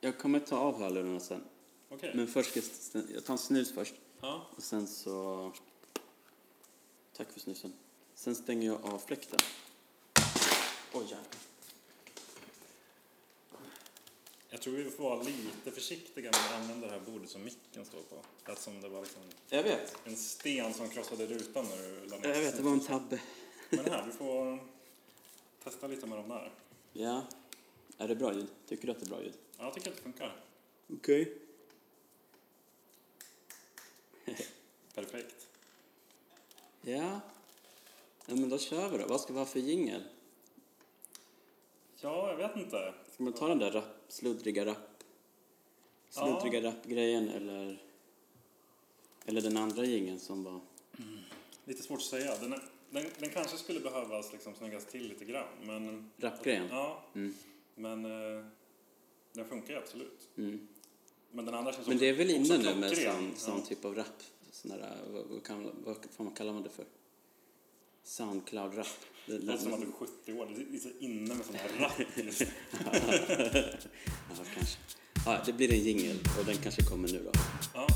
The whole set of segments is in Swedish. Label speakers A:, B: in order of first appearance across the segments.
A: Jag kommer ta av hörlurarna sen.
B: Okej.
A: Men först ska jag, st- jag tar en snus först.
B: Ja.
A: Och sen så... Tack för snusen. Sen stänger jag av fläkten. Oj, jävlar.
B: Jag tror vi får vara lite försiktiga när vi använder det här bordet som micken står på. Det lät som det var liksom
A: Jag vet.
B: en sten som krossade rutan när du la ner
A: Jag vet, det var en tabbe.
B: Men här, du får testa lite med de där.
A: Ja. Är det bra ljud? Tycker du att det är bra ljud?
B: Ja, jag tycker att det funkar.
A: Okej.
B: Perfekt.
A: Ja. ja. men då kör vi då. Vad ska vi ha för jingel?
B: Ja, jag vet inte.
A: Ska man ta den där rap, sluddriga rapp... Sluddriga rappgrejen eller... Eller den andra jingeln som var...
B: Lite svårt att säga. Den, är, den, den kanske skulle behövas liksom snyggas till lite grann. Men,
A: Rappgrejen?
B: ja,
A: Mm.
B: men eh, den funkar ju absolut.
A: Mm.
B: Men den andra känns
A: Men det är väl
B: också
A: inne nu med
B: klockren.
A: sån, sån
B: Ja.
A: typ av rap? Sån där, eh, vad, vad, kan, vad fan kallar man det för? Soundcloud-rap? Det
B: Det låter som att du
A: det-
B: är 70 år. Det är lite inne med sån här rapp just nu.
A: ja, kanske. Ja, det blir en jingel och den kanske kommer nu då.
B: Ja.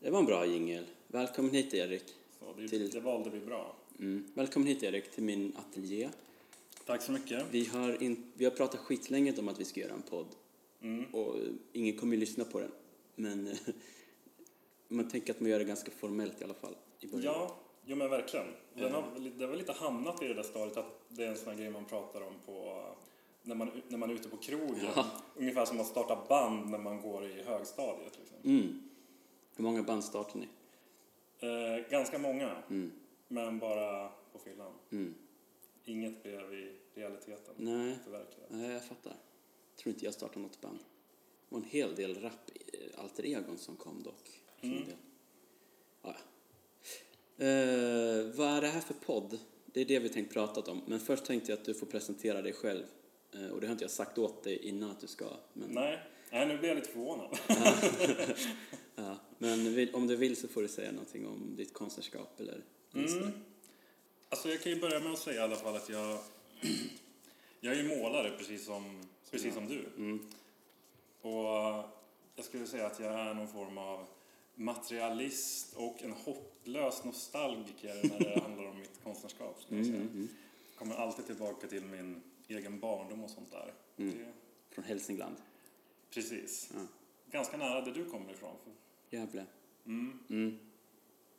A: Det var en bra jingel. Välkommen hit Erik.
B: Så det,
A: Till-
B: det valde vi bra.
A: Mm. Välkommen hit Erik till min ateljé.
B: Tack så mycket.
A: Vi har, in, vi har pratat skitlänge om att vi ska göra en podd
B: Mm.
A: och eh, ingen kommer ju lyssna på den. Men eh, man tänker att man gör det ganska formellt i alla fall i början.
B: Ja, jo men verkligen. Och Den har, väl- det har väl lite hamnat i det där stadiet att det är en sån här grej man pratar om på när man, när man är ute på krogen.
A: Ja.
B: Ungefär som att starta band när man går i högstadiet. Liksom.
A: Mm. Hur många band startar ni?
B: Eh, ganska många,
A: Mm.
B: men bara på fyllan.
A: Mm.
B: Inget blev i realiteten
A: Nej,
B: förverkligat.
A: nej, jag fattar. Tror inte jag startar något band. Det var en hel del rap eh, alter egon som kom dock. från
B: Mm.
A: det. Ja. Eh, vad är det här för podd? Det är det vi tänkt pratat om. Men först tänkte jag att du får presentera dig själv. Eh, och det har inte jag sagt åt dig innan att du ska. Men,
B: Nej. Nej, nu blir jag lite förvånad.
A: Ja, men vill, om du vill så får du säga någonting om ditt konstnärskap eller konstnär.
B: Mm. Alltså jag kan ju börja med att säga i alla fall att jag, jag är ju målare precis som, precis som du.
A: Mm.
B: Och eh, jag skulle säga att jag är någon form av materialist och en hopplös nostalgiker när det handlar om mitt konstnärskap. Skulle jag
A: Mm,
B: säga.
A: mm, mm.
B: kommer alltid tillbaka till min egen barndom och sånt där.
A: Mm.
B: Det,
A: Från Hälsingland.
B: precis.
A: Ja.
B: Ganska nära där du kommer ifrån.
A: Gävle.
B: Mm.
A: Mm.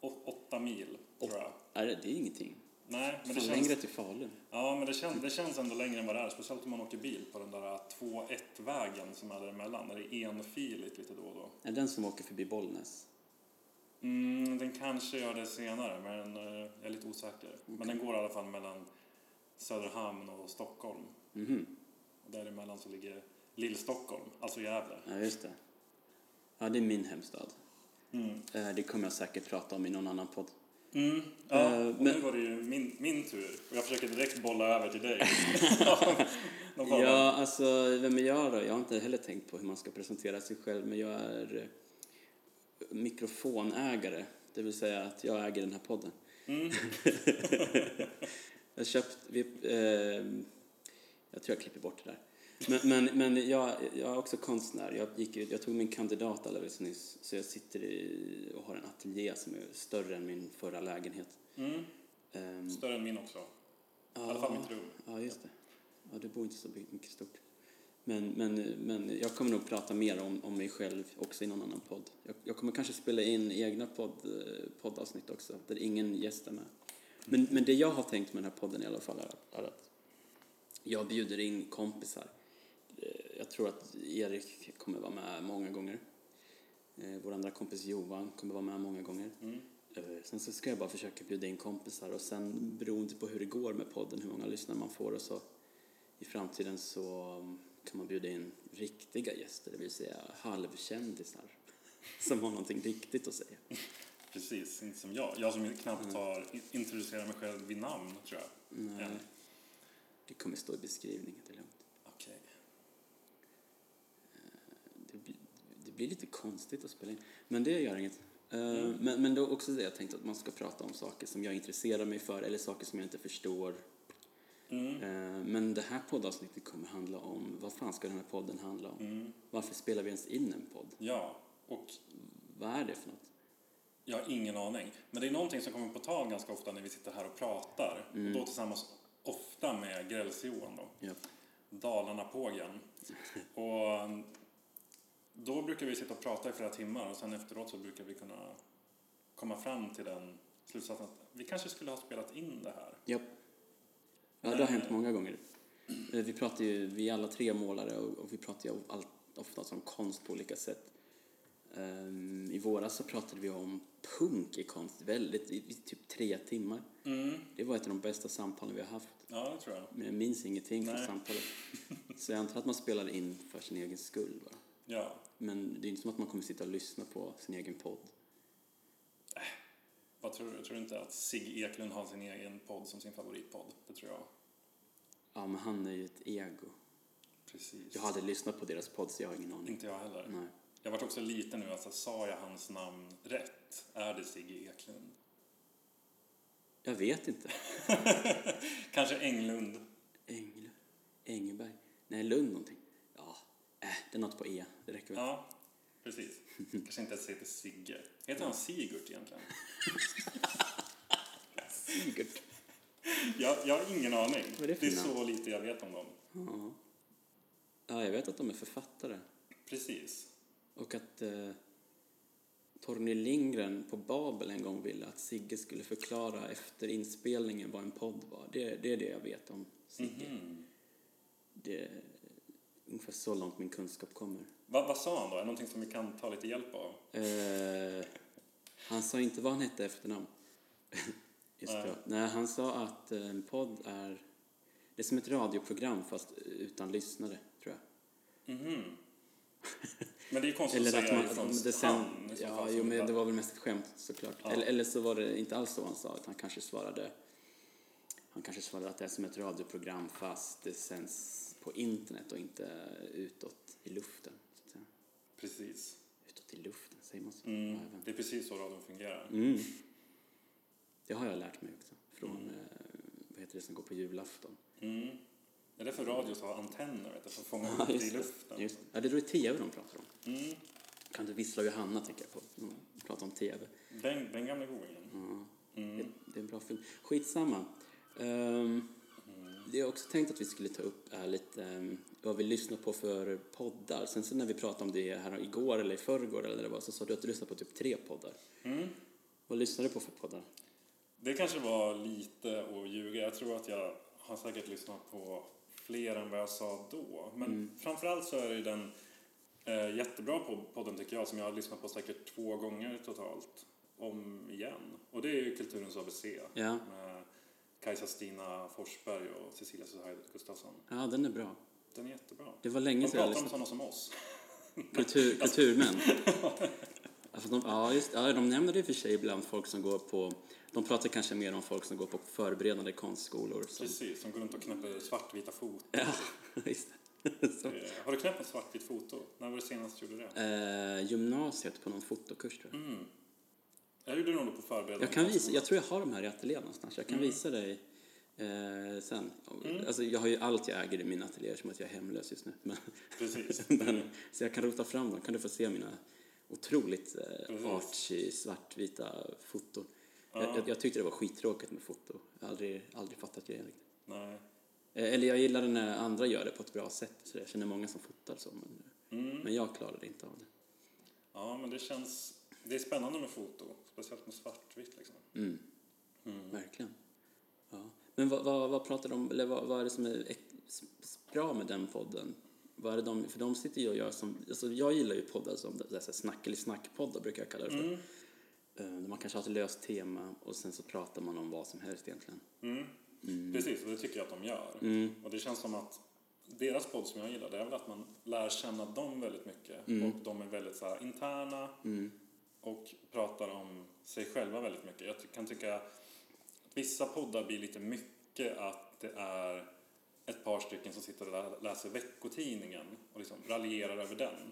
B: Å- åtta mil, tror jag.
A: Är det, det är ingenting.
B: Nej, men det
A: Fan,
B: känns...
A: Längre till Falun.
B: Ja, men det känns, det känns ändå längre än vad det är. Speciellt om man åker bil på den där 2-1-vägen som är däremellan. Där det är enfiligt lite då och då.
A: Är den som åker förbi Bollnäs?
B: Mm, den kanske gör det senare, men eh, jag är lite osäker. Men den går i alla fall mellan Söderhamn och Stockholm.
A: Mhm.
B: Och däremellan så ligger Lill-Stockholm, alltså Gävle.
A: Ja, just det. Ja, det är min hemstad.
B: Mm.
A: Eh, Det kommer jag säkert prata om i någon annan podd.
B: Mm, ja,
A: Eh,
B: och
A: men-
B: nu var det ju min, min tur. Och jag försöker direkt bolla över till dig. Någon form av-
A: Ja, alltså, vem är jag då? Jag har inte heller tänkt på hur man ska presentera sig själv, men jag är eh, mikrofonägare, det vill säga att jag äger den här podden.
B: Mm.
A: Jag köpt, vi, eh, jag tror jag klipper bort det där. Men, men, men jag, jag är också konstnär. Jag, gick, ut- jag tog min kandidat alldeles nyss, så jag sitter i, och har en ateljé som är större än min förra lägenhet.
B: Mm,
A: Ehm,
B: större än min också. I alla
A: ja.
B: fall mitt rum.
A: Ja, just det. Ja, du bor inte så mycket stort. Men, men, men jag kommer nog prata mer om, om mig själv också i någon annan podd. Jag, jag kommer kanske spela in egna podd, eh, poddavsnitt också, där ingen gäst är med. Men, men det jag har tänkt med den här podden i alla fall är att, är att jag bjuder in kompisar. Eh, Jag tror att Erik kommer vara med många gånger. Eh, Vår andra kompis Johan kommer vara med många gånger.
B: Mm.
A: Eh, Sen så ska jag bara försöka bjuda in kompisar och sen beroende på hur det går med podden, hur många lyssnare man får och så i framtiden så um, kan man bjuda in riktiga gäster, det vill säga halvkändisar som har någonting riktigt att säga.
B: Precis, inte som jag. Jag som
A: Mm.
B: knappt har i- introducerat mig själv vid namn, tror jag.
A: Nej,
B: Än.
A: Mm, eh, det kommer stå i beskrivningen, det är lugnt.
B: Okej.
A: Det blir, det blir lite konstigt att spela in. Men det gör inget. Eh, Men, men då också det jag tänkte att man ska prata om saker som jag intresserar mig för eller saker som jag inte förstår.
B: Mm.
A: Eh, Men det här poddavsnittet kommer handla om, vad fan ska den här podden handla om?
B: Mm.
A: Varför spelar vi ens in en podd?
B: Ja, och
A: Vad är det för något?
B: jag har ingen aning. Men det är någonting som kommer på tal ganska ofta när vi sitter här och pratar. Och då tillsammans ofta med Gräls-Johan då.
A: Mm. Ja.
B: Dalarna-pågen. och då brukar vi sitta och prata i flera timmar och sen efteråt så brukar vi kunna komma fram till den slutsatsen att vi kanske skulle ha spelat in det här.
A: Ja. Ja, det har hänt många gånger. Eh, Vi pratar ju, vi är alla tre målare och, och vi pratar ju allt, ofta om konst på olika sätt. Ehm, I våras så pratade vi om punk i konst, väldigt, i, i typ tre timmar.
B: Mm.
A: Det var ett av de bästa samtalen vi har haft.
B: Ja, det tror jag.
A: Men jag minns ingenting från
B: Nej.
A: samtalet. Så jag antar att man spelar in för sin egen skull bara.
B: Ja.
A: Men det är inte som att man kommer sitta och lyssna på sin egen podd.
B: Vad tror du? Tror du inte att Sigge Eklund har sin egen podd som sin favoritpodd? Det tror jag.
A: Ja, men han är ju ett ego.
B: Precis.
A: Jag hade lyssnat på deras podd så jag har ingen aning.
B: Inte jag heller.
A: Nej.
B: Jag vart också liten nu, alltså sa jag hans namn rätt? Är det Sigge Eklund?
A: Jag vet inte.
B: Kanske Englund?
A: Engel, Engelberg? Nej, Lund någonting. Ja, äh, det är något på E. Det räcker väl.
B: Ja, precis. Kanske inte ens heter Sigge. Heter han Sigurd egentligen?
A: Sigurd.
B: Jag, jag har ingen aning.
A: är det för
B: Det är
A: namn?
B: så lite jag vet om dem.
A: Ja. ja, jag vet att de är författare.
B: Precis.
A: Och att eh, Torgny Lindgren på Babel en gång ville att Sigge skulle förklara efter inspelningen vad en podd var. Det, det är det jag vet om Sigge.
B: Mhm.
A: Det är ungefär så långt min kunskap kommer.
B: Va, vad sa han då? Är det någonting som vi kan ta lite hjälp av?
A: Eh, han sa inte vad han hette i efternamn. Just
B: Nej.
A: det. Nej, han sa att eh, en podd är... Det är som ett radioprogram fast utan lyssnare, tror jag.
B: Mhm. Men det är ju konstigt
A: Eller
B: att
A: att
B: säga
A: man...
B: ifrån
A: Att det sen,
B: han. i så
A: ja,
B: fall, som
A: jo, men
B: inte-
A: det var väl mest ett skämt såklart.
B: Ja.
A: Eller, eller så var det inte alls så han sa, utan han kanske svarade... Han kanske svarade att det är som ett radioprogram fast det sänds på internet och inte utåt i luften. Så att säga.
B: Precis.
A: Utåt i luften, säger man så?
B: Mm.
A: Ja, jag vet.
B: Det är precis så radion fungerar.
A: Mm. Det har jag lärt mig också. Från, eh, vad heter det som går på julafton?
B: Mm. Det är därför radio så har antenner, vet du, för att fånga
A: Ja,
B: upp det i
A: just det.
B: luften.
A: Just, ja, det är då tv de pratar om.
B: Mm.
A: Kan du vissla Johanna, tänker jag på. De pratar om tv.
B: Den, den gamla godingen.
A: Ja, det,
B: Mm.
A: det är en bra film. Skitsamma. Um, det jag också tänkt att vi skulle ta upp är lite ehm, vad vi lyssnar på för poddar. Sen så när vi pratade om det här igår eller i förrgår eller när det var så sa du att du lyssnar på typ tre poddar.
B: Mm.
A: Vad lyssnar du på för poddar?
B: Det kanske var lite att ljuga. Jag tror att jag har säkert lyssnat på fler än vad jag sa då. Men
A: Mm.
B: framförallt så är det den eh, jättebra pod- podden tycker jag som jag har lyssnat på säkert två gånger totalt om igen. Och det är ju Kulturens ABC
A: Ja,
B: med Kajsa-Stina Forsberg och Cecilia Suhaid Gustafsson.
A: ja den är bra.
B: Den är jättebra.
A: Det var
B: De
A: länge sedan jag
B: pratar om
A: lyssnade
B: sådana som oss.
A: Kultur, kulturmän. Alltså de, ja, just, ja, de nämner det i och för sig ibland folk som går på... De pratar kanske mer om folk som går på förberedande konstskolor. Som,
B: Precis, som går runt och knäpper svartvita foton.
A: ja, just det. Så.
B: Eh, Har du knäppt ett svartvitt foto? När var det senast du gjorde det?
A: Eh, gymnasiet på någon fotokurs, tror jag.
B: Mm. Jag gjorde det nog på förberedande.
A: Jag, kan visa,
B: klass.
A: jag tror jag har de här i ateljén någonstans. Jag kan
B: Mm.
A: visa dig eh, sen.
B: Mm.
A: Alltså, jag har ju allt jag äger i min ateljé som att jag är hemlös just nu. Men,
B: Precis.
A: men, så jag kan rota fram dem. kan du få se mina otroligt
B: Precis.
A: eh, artsy, svartvita foton.
B: Ja.
A: Jag, jag, jag tyckte det var skittråkigt med foto. Jag har aldrig, aldrig fattat grejen riktigt.
B: Nej.
A: Eh, Eller jag gillar det när andra gör det på ett bra sätt. Så jag känner många som fotar så. Men,
B: Mm.
A: men jag klarade inte av det.
B: Ja, men det känns... Det är spännande med foto. Speciellt med svartvitt liksom.
A: Mm,
B: Mm.
A: verkligen. Ja. Men vad, vad, vad pratar de om? Eller vad, vad är det som är äk- s- s- bra med den podden? Vad är det de, för de sitter ju och gör som... Alltså jag gillar ju poddar som det- det är så här snack eller snackpoddar brukar jag kalla det för.
B: Mm.
A: Eh, där Man kanske har ett löst tema och sen så pratar man om vad som helst egentligen.
B: Mm.
A: Mm.
B: Precis, och det tycker jag att de gör.
A: Mm.
B: Och det känns som att deras podd som jag gillar, det är väl att man lär känna dem väldigt mycket.
A: Mm.
B: Och de är väldigt så här, interna
A: Mm.
B: och pratar om sig själva väldigt mycket. Jag ty- kan tycka att vissa poddar blir lite mycket att det är ett par stycken som sitter och lä- läser veckotidningen och liksom raljerar över den.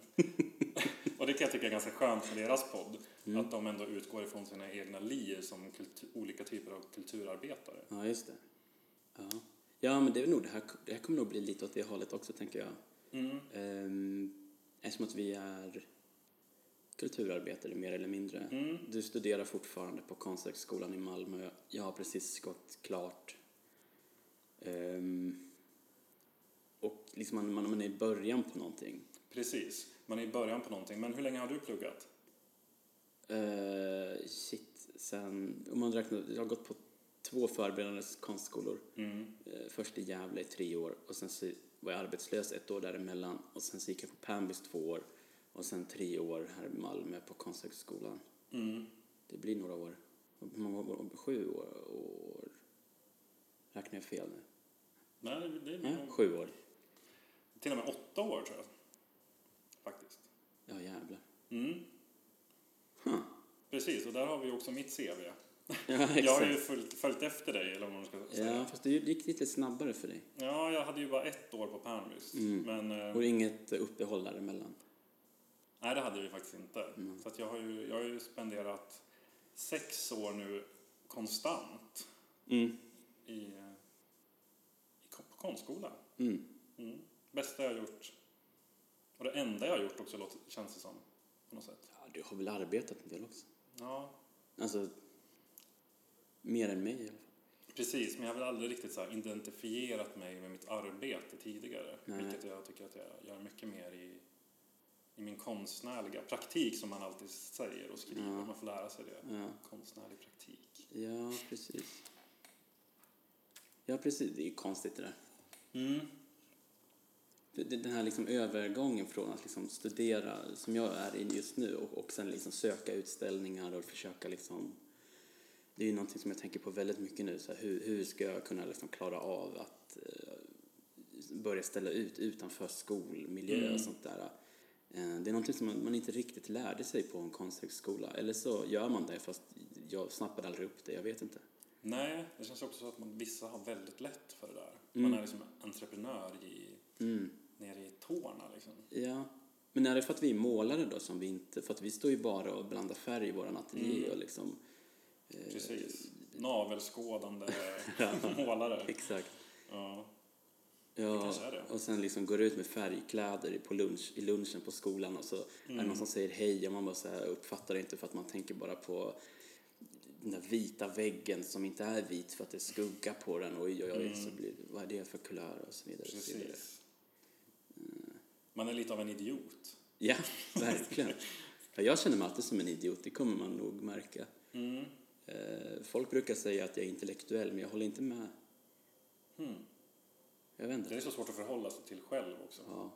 B: Och det kan jag tycka är ganska skönt för deras podd.
A: Mm.
B: Att de ändå utgår ifrån sina egna liv som kultu- olika typer av kulturarbetare.
A: Ja, just det. Ja, ja men det är väl nog det här, det här kommer nog bli lite åt det hållet också, tänker jag.
B: Mm.
A: Um, eftersom att vi är kulturarbetare mer eller mindre.
B: Mm.
A: Du studerar fortfarande på Konsthögskolan i Malmö. Jag har precis gått klart. Ehm, och liksom man, man, man är i början på någonting.
B: Precis, man är i början på någonting. Men hur länge har du pluggat?
A: Eh, shit, sen, om man räknar, jag har gått på två förberedande konstskolor.
B: Mm.
A: Eh, först i Gävle i tre år och sen så var jag arbetslös ett år däremellan och sen så gick jag på Pambys två år och sen tre år här i Malmö på Konsthögskolan.
B: Mm.
A: Det blir några år. Hur många år? Sju år? år. Räknar jag fel nu?
B: Nej, det, det är
A: Nej,
B: nog-
A: Mm. sju år.
B: till och med åtta år tror jag. Faktiskt.
A: Ja, jävlar.
B: Mm.
A: Huh.
B: Precis, och där har vi också mitt CV.
A: Ja,
B: Jag har ju
A: exakt.
B: följt, följt efter dig, eller vad man ska säga.
A: Ja, fast det gick lite snabbare för dig.
B: Ja, jag hade ju bara ett år på Pärnbys.
A: Mm.
B: Men eh,
A: Och inget uppehåll däremellan. Mm.
B: nej, det hade vi faktiskt inte. Så att jag, har ju, jag har ju spenderat sex år nu konstant
A: Mm.
B: i, eh, i ko- på konstskola.
A: Mm.
B: Mm. Bästa jag har gjort. Och det enda jag har gjort också, låter, känns det som. På något sätt.
A: Ja, du har väl arbetat en del också?
B: Ja,
A: Alltså, mer än mig i alla fall.
B: precis. Men jag har väl aldrig riktigt så här identifierat mig med mitt arbete tidigare.
A: Nej.
B: Vilket jag tycker att jag gör mycket mer i, i min konstnärliga praktik som man alltid säger och skriver.
A: Ja.
B: Man får lära sig det.
A: Ja.
B: Konstnärlig praktik.
A: Ja, precis. Ja, precis. Det är ju konstigt det där. Mm. Det- det- Den här liksom övergången från att liksom studera, som jag är i just nu, och, och sen liksom söka utställningar och försöka liksom... Det är ju någonting som jag tänker på väldigt mycket nu. Så här, hur, hur ska jag kunna liksom klara av att eh, börja ställa ut utanför skolmiljö
B: Mm.
A: och sånt där? Eh, det är någonting som man, man inte riktigt lärde sig på en konsthögskola. Eller så gör man det, fast jag snappade aldrig upp det. Jag vet inte.
B: Nej, det känns också så att man, vissa har väldigt lätt för det där.
A: Mm.
B: Man är liksom entreprenör i,
A: Mm.
B: nere i tårna liksom.
A: Ja. Men är det för att vi är målare då som vi inte... För att vi står ju bara och blandar färg i vår ateljé
B: Mm.
A: och liksom... eh,
B: Precis. Navelskådande målare.
A: Exakt.
B: Ja. Det
A: Ja,
B: kanske är det.
A: och sen liksom går ut med färgkläder på lunch, i lunchen på skolan och så är
B: Mm.
A: det någon som säger hej och man bara så här uppfattar det inte för att man tänker bara på den där vita väggen som inte är vit för att det är skugga på den och oj, oj, oj, så blir, vad är det Mm. för kulör och så vidare. och så vidare.
B: Mm. Precis. Man är lite av en idiot.
A: Ja, verkligen. Ja, jag känner mig alltid som en idiot, det kommer man nog märka.
B: Mm.
A: Eh, folk brukar säga att jag är intellektuell, men jag håller inte med. Mm.
B: Hmm.
A: Jag vet
B: Det
A: inte.
B: är så svårt att förhålla sig till själv också.
A: Ja.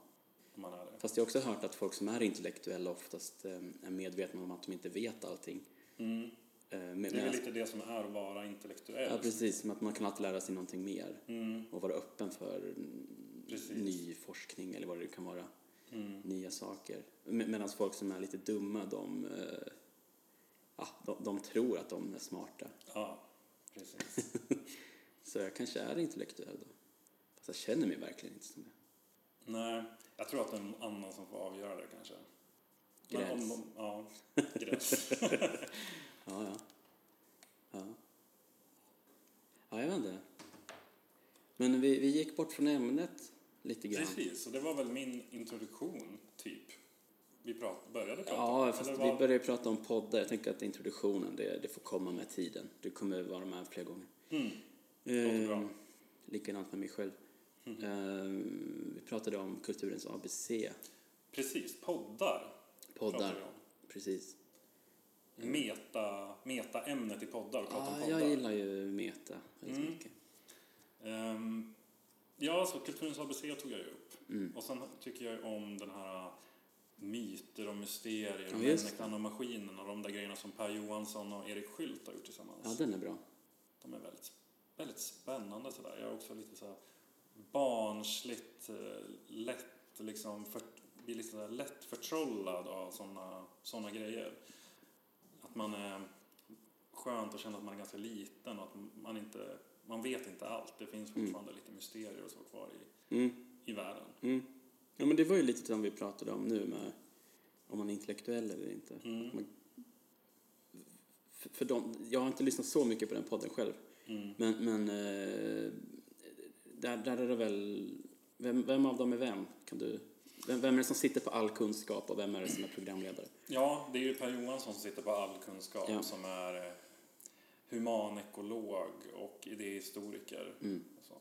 B: Om man är det.
A: Fast jag har också hört att folk som är intellektuella oftast eh, är medvetna om att de inte vet allting.
B: Mm.
A: Eh, med,
B: Det är väl
A: medans-
B: lite det som är att vara intellektuell.
A: ja, precis. Som att man kan alltid lära sig någonting mer
B: Mm.
A: och vara öppen för mm,
B: Precis.
A: ny forskning eller vad det kan vara.
B: Mm.
A: Nya saker. Med, Medan folk som är lite dumma, de, eh, ja, de, de tror att de är smarta.
B: Ja, precis.
A: Så jag kanske är intellektuell då. Fast jag känner mig verkligen inte som det.
B: Nej, jag tror att det är någon annan som får avgöra det kanske. Men
A: Gräs.
B: om de- ja, gräs.
A: Ja, ja. Ja, ja jag vet inte. Men vi, vi gick bort från ämnet lite grann.
B: precis, och det var väl min introduktion, typ. Vi prat, började prata
A: Ja,
B: om.
A: fast
B: Eller
A: vi
B: vad-
A: började ju prata om poddar. Jag tänker att introduktionen, det, det får komma med tiden. Du kommer vara med fler gånger.
B: Mm. Låter bra.
A: Ehm, Likadant med mig själv.
B: Mm.
A: Ehm, vi pratade om kulturens ABC,
B: Precis, poddar. pratar vi
A: poddar.
B: om.
A: Precis.
B: Meta, metaämnet i poddar, prata om
A: Ah,
B: poddar.
A: jag gillar ju meta väldigt
B: Mm.
A: mycket.
B: Ehm, ja, så Kulturens ABC tog jag ju upp.
A: Mm.
B: Och sen tycker jag ju om den här äh, myter och mysterier,
A: Ja, just
B: människan och maskinen och de där grejerna som Per Johansson och Erik Skylt har gjort tillsammans.
A: Ja, den är bra.
B: De är väldigt, väldigt spännande sådär. Jag är också lite så här barnsligt eh, lätt, liksom, för, blir lite sådär lätt förtrollad av sådana såna grejer. Att man är skönt att känna att man är ganska liten och att man inte, man vet inte allt. Det finns
A: Mm.
B: fortfarande lite mysterier och så kvar i,
A: Mm.
B: i världen.
A: Mm. Ja, men det var ju lite som vi pratade om nu med om man är intellektuell eller inte.
B: Mm.
A: Att man, för, för de, jag har inte lyssnat så mycket på den podden själv.
B: Mm.
A: Men, men eh, där, där är det väl... Vem, vem av dem är vem? Kan du, vem? Vem är det som sitter på all kunskap och vem är det som är programledare?
B: Ja, det är ju Per Johansson som sitter på all kunskap
A: Ja.
B: som är eh, humanekolog och idéhistoriker.
A: Mm.
B: Och, så.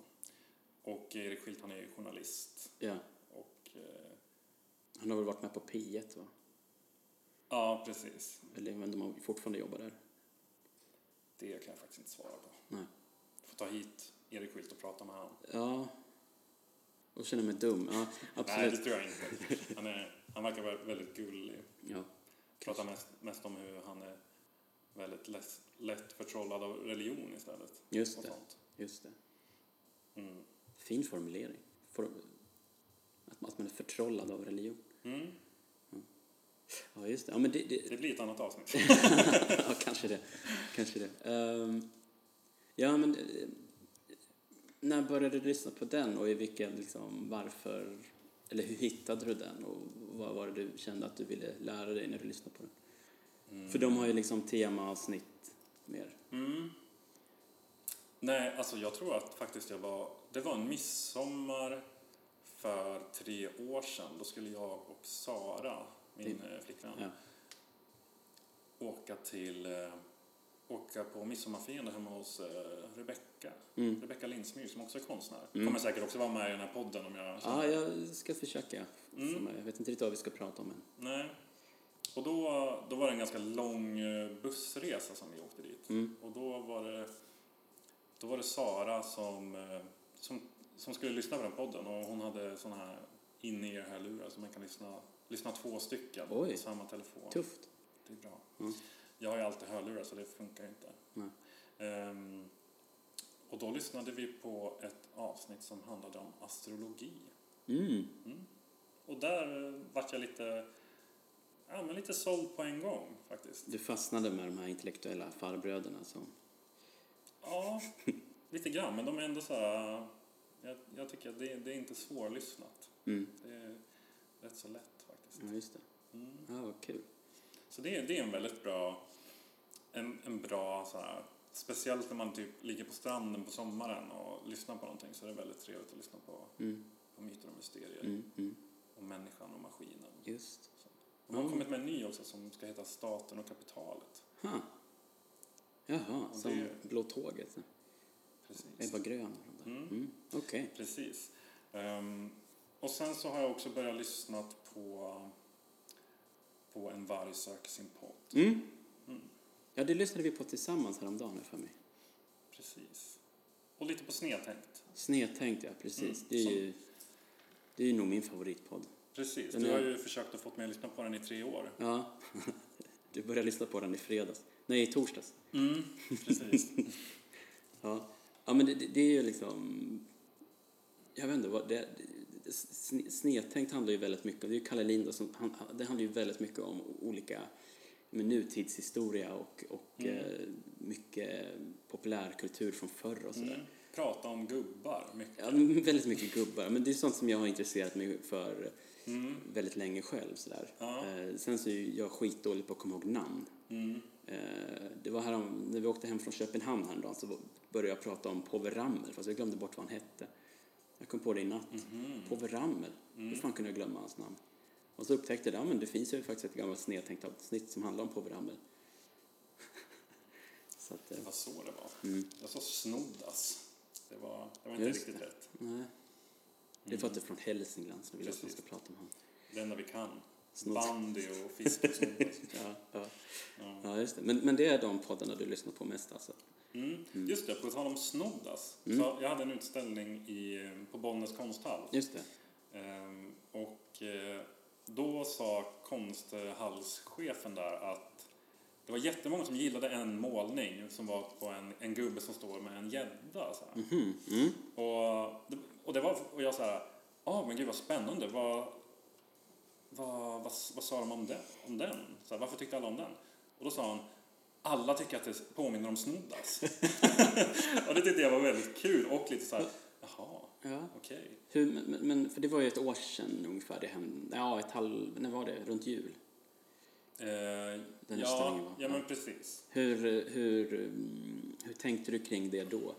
B: och Erik Schilt, han är ju journalist.
A: Ja.
B: Och, eh,
A: Han har väl varit med på P1, va?
B: ja, precis.
A: Eller jag vet inte om han fortfarande jobbar där.
B: Det kan jag faktiskt inte svara på.
A: Nej.
B: Får ta hit Erik Schilt och prata med honom.
A: Ja. Och känner mig dum. Ja,
B: Nej, det
A: absolut.
B: tror jag inte. Han, är, han verkar vara väldigt gullig.
A: Ja.
B: Pratar mest, mest om hur han är väldigt lätt, lätt förtrollad av religion istället.
A: Just
B: Och
A: det.
B: sånt.
A: Just det.
B: Mm.
A: Fin formulering. For, att, att man är förtrollad av religion.
B: Mm.
A: Ja, just det. Ja, men det, det,
B: Det blir ett annat avsnitt.
A: ja, kanske det. Kanske det. Ehm, ja, men... eh, När började du lyssna på den och i vilken, liksom, varför... Eller hur hittade du den och vad var det du kände att du ville lära dig när du lyssnade på den? För de har ju liksom temaavsnitt mer.
B: Mm. Nej, alltså jag tror att faktiskt jag var... Det var en midsommar för tre år sedan. Då skulle jag och Sara, min eh, flickvän,
A: Typ. Ja.
B: åka till... Eh, åka på midsommarfirande hemma hos eh, Rebecka.
A: Mm.
B: Rebecka Lindsmyr som också är konstnär.
A: Mm.
B: Kommer säkert också vara med i den här podden om jag
A: Ja, jag ska försöka.
B: Mm.
A: Få med. Jag vet inte riktigt vad vi ska prata om än.
B: Nej. Och då, då var det en ganska lång eh, bussresa som vi åkte dit.
A: Mm.
B: Och då var det, då var det Sara som, eh, som, som skulle lyssna på den podden och hon hade såna här in-ear-hörlurar så man kan lyssna, lyssna två stycken
A: Oj.
B: på samma telefon.
A: Tufft.
B: Det är bra.
A: Mm.
B: Jag har ju alltid hörlurar så det funkar ju inte.
A: Nej.
B: Ehm, och då lyssnade vi på ett avsnitt som handlade om astrologi.
A: Mm.
B: Och där eh, vart jag lite, ja, men lite såld på en gång faktiskt.
A: Du fastnade med de här intellektuella farbröderna som...
B: Ja, lite grann. Men de är ändå så här... Jag, jag tycker att det, det är inte svårlyssnat.
A: Mm.
B: Det är rätt så lätt faktiskt.
A: Ja, just det.
B: Mm.
A: Ja, vad kul.
B: Så det, är- det är en väldigt bra... En, en bra så här... Speciellt när man typ ligger på stranden på sommaren och lyssnar på någonting så är det väldigt trevligt att lyssna på,
A: Mm.
B: på myter och mysterier.
A: Mm. Mm.
B: Och människan och maskinen.
A: Just.
B: Och de har
A: Mm.
B: kommit med en ny också som ska heta Staten och kapitalet.
A: Ha. Jaha,
B: Och
A: som
B: det-
A: Blå tåget.
B: Precis.
A: Ebba Grön. och de där.
B: Mm.
A: Mm. Okej.
B: Precis. Ehm, och sen så har jag också börjat lyssna på, på En varg söker sin podd.
A: Mm.
B: Mm.
A: Ja, det lyssnade vi på tillsammans häromdagen här för mig.
B: Precis. Och lite på snedtänkt.
A: Snedtänkt, ja. Precis.
B: Mm,
A: Det är
B: som-
A: ju... Det är ju nog min favoritpodd.
B: Precis.
A: Den
B: Du
A: är-
B: har ju försökt att få mig att lyssna på den i tre år.
A: Ja. Du började lyssna på den i fredags. Nej, i torsdags.
B: Mm, precis.
A: Ja, ja men det, det, det är ju liksom... Jag vet inte, vad det, det, sne- snedtänkt handlar ju väldigt mycket om... Det är ju Kalle Lind som, han, han- det handlar ju väldigt mycket om olika men, nutidshistoria och, och
B: Mm.
A: eh, mycket populärkultur från förr och sådär.
B: Mm. Prata om gubbar mycket.
A: Ja, men väldigt mycket gubbar, men det är sånt som jag har intresserat mig för
B: Mm,
A: väldigt länge själv. Sådär.
B: Ja.
A: Eh, sen så är ju jag skitdålig på att komma ihåg namn.
B: mm,
A: Eh, Det var härom, när vi åkte hem från Köpenhamn häromdagen så började jag prata om Pover Ramel, fast jag glömde bort vad han hette. Jag kom på det i natt.
B: mhm. Mm.
A: Pover Ramel, hur fan kunde jag glömma hans namn? Och så upptäckte jag att ja, men det finns ju faktiskt ett gammalt snedtänkt avsnitt som handlar om Pover Ramel. så att, eh,
B: Det var så det var.
A: Mm.
B: Jag sa snoddas. Det var, det var inte
A: Just
B: riktigt rätt. Mm.
A: nej. Det är för att du är från Hälsingland så jag vill jag att man ska prata om honom.
B: Det enda vi kan.
A: Snodd.
B: Bandy och fisk och snoddas.
A: Ja, ja.
B: Ja.
A: ja, just det. Men, men det är de poddarna du lyssnar på mest alltså?
B: Mm. Just det, på tal om Snoddas. Så jag hade en utställning i, på Bollnäs konsthall.
A: Just det.
B: Ehm, och eh, då sa konsthallschefen där att det var jättemånga som gillade en målning som var på en, en gubbe som står med en gädda. så här.
A: Mhm, mm.
B: Och, det- och, det var, och jag så här, ja men gud vad spännande, vad, vad, vad, vad sa de om den? Om den? Så här, varför tyckte alla om den? Och då sa han, alla tycker att det påminner om Snoddas. och det tyckte jag var väldigt kul och lite så här, jaha,
A: Ja.
B: okej.
A: Hur, men, men, men- för det var ju ett år sedan ungefär det hände. Ja, ett halv... När var det? Runt jul?
B: Eh,
A: Den är
B: ja,
A: sträng, va?
B: Ja,
A: Ja.
B: men precis.
A: Hur, hur, mm, hur tänkte du kring det då?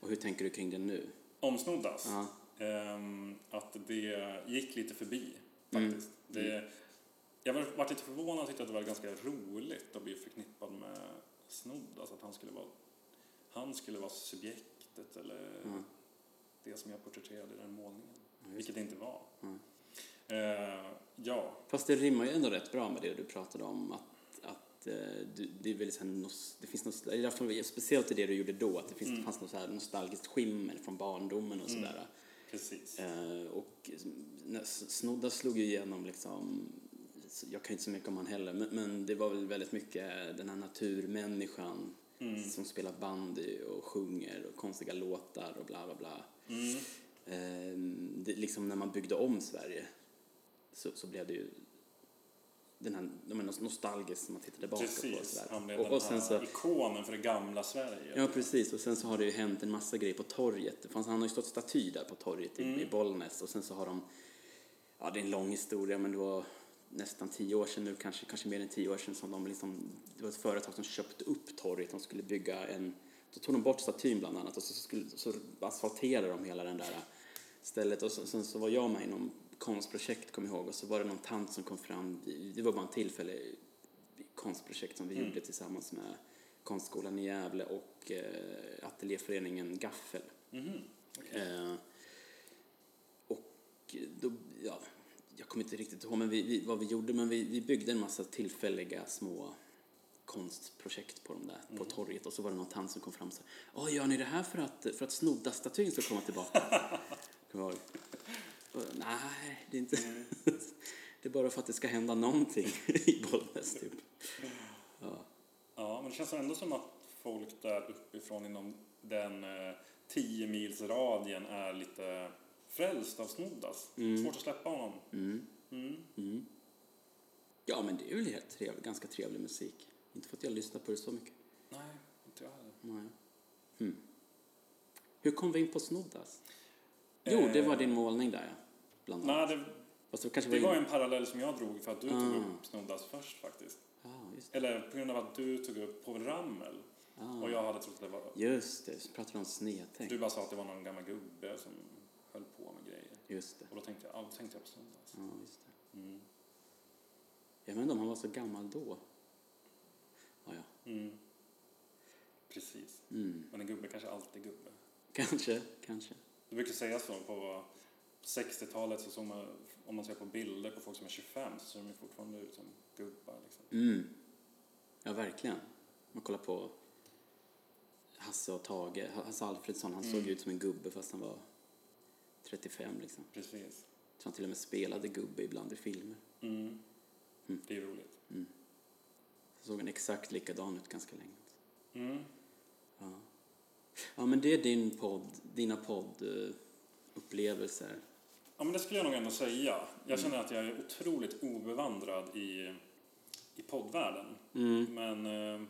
A: Och hur tänker du kring det nu?
B: Omsnoddas.
A: Ja.
B: Ehm, att det gick lite förbi
A: Mm.
B: faktiskt. Det, jag var, var lite förvånad och tyckte att det var ganska roligt att bli förknippad med snodd. Alltså att han skulle vara, han skulle vara subjektet eller
A: Ja.
B: det som jag porträtterade i den målningen.
A: Mm. just
B: Eh, vilket det inte var.
A: Mm.
B: Eh, ja,
A: Fast det rimmar ju ändå rätt bra med det du pratade om. Att, att eh, du, det, är väl så här nos, det finns något, i alla fall speciellt i det du gjorde då, att det
B: Mm.
A: finns, fanns något så här nostalgiskt skimmer från barndomen och sådär.
B: precis.
A: Eh, och när S- Snodda slog ju igenom liksom, så jag kan ju inte så mycket om han heller, men, men det var väl väldigt mycket den här naturmänniskan
B: Mm.
A: som spelar bandy och sjunger och konstiga låtar och bla bla bla.
B: Mm.
A: Eh, det, liksom när man byggde om Sverige så, så blev det ju den här, de här nos- nostalgiskt som man tittar tillbaka på. och
B: Precis,
A: sådär.
B: han blev
A: och, och
B: den
A: sen
B: här
A: så,
B: ikonen för det gamla Sverige.
A: Ja, precis. Och sen så har det ju hänt en massa grejer på torget. Det fanns, han har ju stått staty där på torget i, i Bollnäs och sen så har de, ja det är en lång historia men det var nästan tio år sedan nu, kanske, kanske mer än tio år sedan som de liksom, det var ett företag som köpte upp torget, de skulle bygga en, då tog de bort statyn bland annat och så, skulle, så asfalterade de hela den där stället och så, sen så var jag med i någon konstprojekt kommer jag ihåg och så var det någon tant som kom fram, det var bara en tillfällig konstprojekt som vi gjorde tillsammans med Konstskolan i Gävle och eh, Ateljéföreningen Gaffel.
B: Mhm,
A: Eh, och då, ja, jag kommer inte riktigt ihåg men vi, vi, vad vi gjorde, men vi, vi byggde en massa tillfälliga små konstprojekt på de där, på torget och så var det någon tant som kom fram och sa Åh, gör ni det här för att, för att snodda-statyn ska komma tillbaka? Kommer jag ihåg. Och, Nej, det är inte...
B: Mm.
A: det är bara för att det ska hända någonting i Bollnäs, typ. Ja.
B: Ja, men det känns ändå som att folk där uppifrån inom den eh, 10 mils radien är lite frälst av Snoddas. Svårt att släppa honom.
A: Mm.
B: Mm.
A: Mm. Ja, men det är väl helt trevlig, ganska trevlig musik. Inte för att jag lyssnar på det så mycket.
B: Nej, inte jag heller.
A: Nej. Hmm. Hur kom vi in på Snoddas? Jo, det var din målning där, ja. Bland annat.
B: Eh, Nej, det,
A: Fast det kanske
B: det
A: var
B: var
A: in...
B: en parallell som jag drog för att du tog
A: Ah.
B: upp Snoddas först faktiskt.
A: ah, just,
B: Eller på grund av att du tog upp Povel Ramel och
A: ah.
B: jag hade trott att det var...
A: just det, så pratade vi om snedtänk.
B: Du bara sa att det var någon gammal gubbe som höll på med grejer.
A: Just det.
B: Och då tänkte jag, ah, då tänkte jag på Snoddas.
A: Ja, just det.
B: Mm.
A: Jag vet inte om han var så gammal då. Ah, ja.
B: Mm. Precis.
A: mm.
B: Men en gubbe kanske alltid är gubbe.
A: Kanske, kanske.
B: Det brukar sägas så. På, på 60-talet så såg man, om man ser på bilder på folk som är 25 så ser de ju fortfarande ut som gubbar. Liksom.
A: Mm. Ja, verkligen. Man kollar på Hasse och Tage. Hasse Alfredsson, han
B: Mm.
A: såg ut som en gubbe fast han var 35 liksom.
B: Precis.
A: Jag tror han till och med spelade gubbe ibland i filmer.
B: Mm. Det är roligt.
A: Så såg han exakt likadan ut ganska länge.
B: Mm.
A: Ja, ja men det är din podd, dina poddupplevelser.
B: Ja, men det skulle jag nog ändå säga. Jag känner att jag är otroligt obevandrad i, i poddvärlden.
A: Mm.
B: Men eh,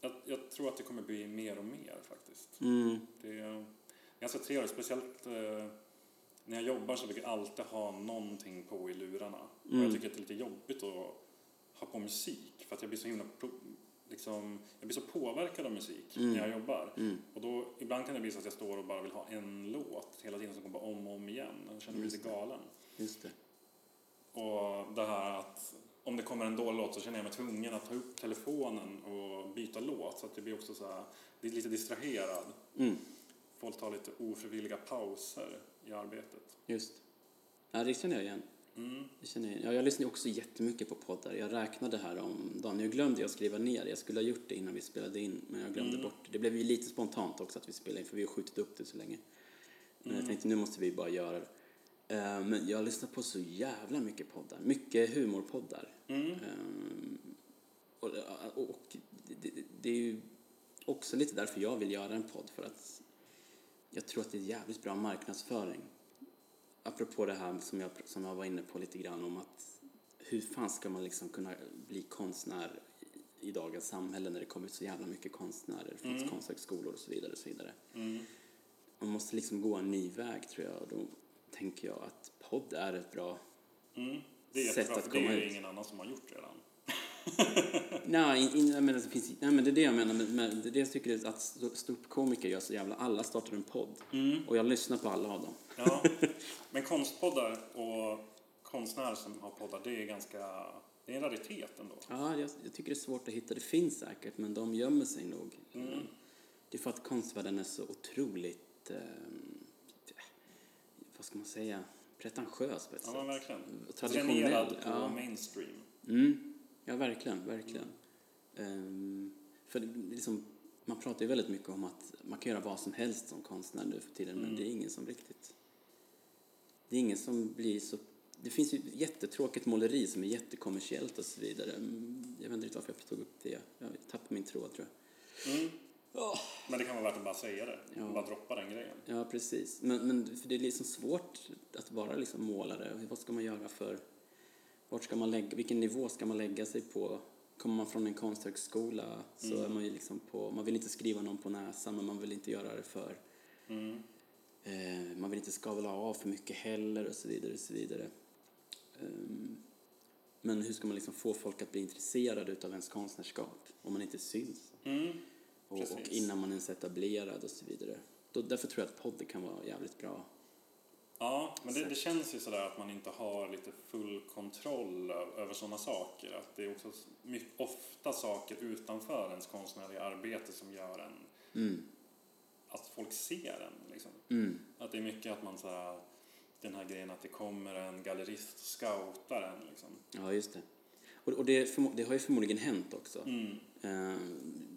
B: jag, jag tror att det kommer bli mer och mer faktiskt.
A: Mm.
B: Det är ganska trevligt, speciellt eh, när jag jobbar så brukar jag alltid ha någonting på i lurarna. Och
A: Mm.
B: jag tycker att det är lite jobbigt att ha på musik för att jag blir så himla pro- liksom, jag blir så påverkad av musik
A: Mm.
B: när jag jobbar. Och då, ibland kan det bli så att jag står och bara vill ha en låt hela tiden som kommer om och om igen. Jag känner mig lite galen.
A: Just det.
B: Och det här att om det kommer en dålig låt så känner jag mig tvungen att ta upp telefonen och byta låt så att det blir också så här, det är lite distraherad.
A: Mm.
B: Folk tar lite ofrivilliga pauser i arbetet.
A: Just. Ja, det känner jag igen.
B: Mm.
A: Det känner jag, igen. ja, jag lyssnar ju också jättemycket på poddar. Jag räknade här om dagen. Nu glömde jag skriva ner det. Jag skulle ha gjort det innan vi spelade in, men jag glömde bort det. Det blev ju lite spontant också att vi spelade in, för vi har skjutit upp det så länge. Men jag tänkte, nu måste vi bara göra det. Eh, Men jag lyssnar på så jävla mycket poddar. Mycket humorpoddar.
B: Mm.
A: Ehm, och och, och det, det, det är ju också lite därför jag vill göra en podd, för att jag tror att det är jävligt bra marknadsföring. Apropå det här som jag, som jag var inne på lite grann om att hur fan ska man liksom kunna bli konstnär i dagens samhälle när det kommer ut så jävla mycket konstnärer, det finns konsthögskolor och så vidare och så vidare.
B: Mm.
A: Man måste liksom gå en ny väg tror jag och då tänker jag att podd är ett bra
B: Mm. Det är
A: Sätt
B: jättebra,
A: att
B: för det är
A: komma
B: ju
A: ut.
B: ingen annan som har gjort redan.
A: Nej, in, in, men det finns, nej, men det är det jag menar. Men, men det är det jag tycker är att stå- ståuppkomiker gör så jävla... Alla startar en podd. Och jag lyssnar på alla av dem.
B: Ja. Men konstpoddar och konstnärer som har poddar, det är ganska... Det är en raritet ändå.
A: Ja, jag, jag tycker det är svårt att hitta. Det finns säkert, men de gömmer sig nog.
B: Mm.
A: Det är för att konstvärlden är så otroligt... Eh, vad ska man säga? Pretentiös på ett
B: Ja,
A: sätt.
B: men verkligen.
A: Traditionell,
B: Dränerad på
A: ja.
B: mainstream.
A: Mm. Ja, verkligen, verkligen. Ehm, för det, liksom, man pratar ju väldigt mycket om att man kan göra vad som helst som konstnär nu för tiden, men det är ingen som riktigt... Det är ingen som blir så... Det finns ju jättetråkigt måleri som är jättekommersiellt och så vidare. Mm, Jag vet inte riktigt varför jag tog upp det. Jag tappade min tråd, tror jag.
B: Mm. Men det kan vara värt att bara säga det.
A: Ja.
B: Bara droppa den grejen.
A: Ja, precis. Men, men för det är liksom svårt att vara liksom målare. Vad ska man göra för... Vart ska man lägga, vilken nivå ska man lägga sig på? Kommer man från en konsthögskola så är man ju liksom på... Man vill inte skriva någon på näsan, men man vill inte göra det för...
B: Mm.
A: Eh, man vill inte skavla av för mycket heller och så vidare och så vidare. Ehm, men hur ska man liksom få folk att bli intresserade utav ens konstnärskap om man inte syns?
B: Mm.
A: och, och
B: Precis.
A: innan man ens är etablerad och så vidare. Då, därför tror jag att podden kan vara jävligt bra.
B: Ja, men det, det
A: Exakt.
B: känns ju sådär att man inte har lite full kontroll ö- över sådana saker. Att det är också s- my- ofta saker utanför ens konstnärliga arbete som gör en,
A: Mm.
B: att folk ser en. Liksom.
A: Mm.
B: Att det är mycket att man såhär, den här grejen att det kommer en gallerist och scoutar en. Liksom.
A: Ja, just det. Och, och det, är förmo- det har ju förmodligen hänt också.
B: Mm.
A: Ehm,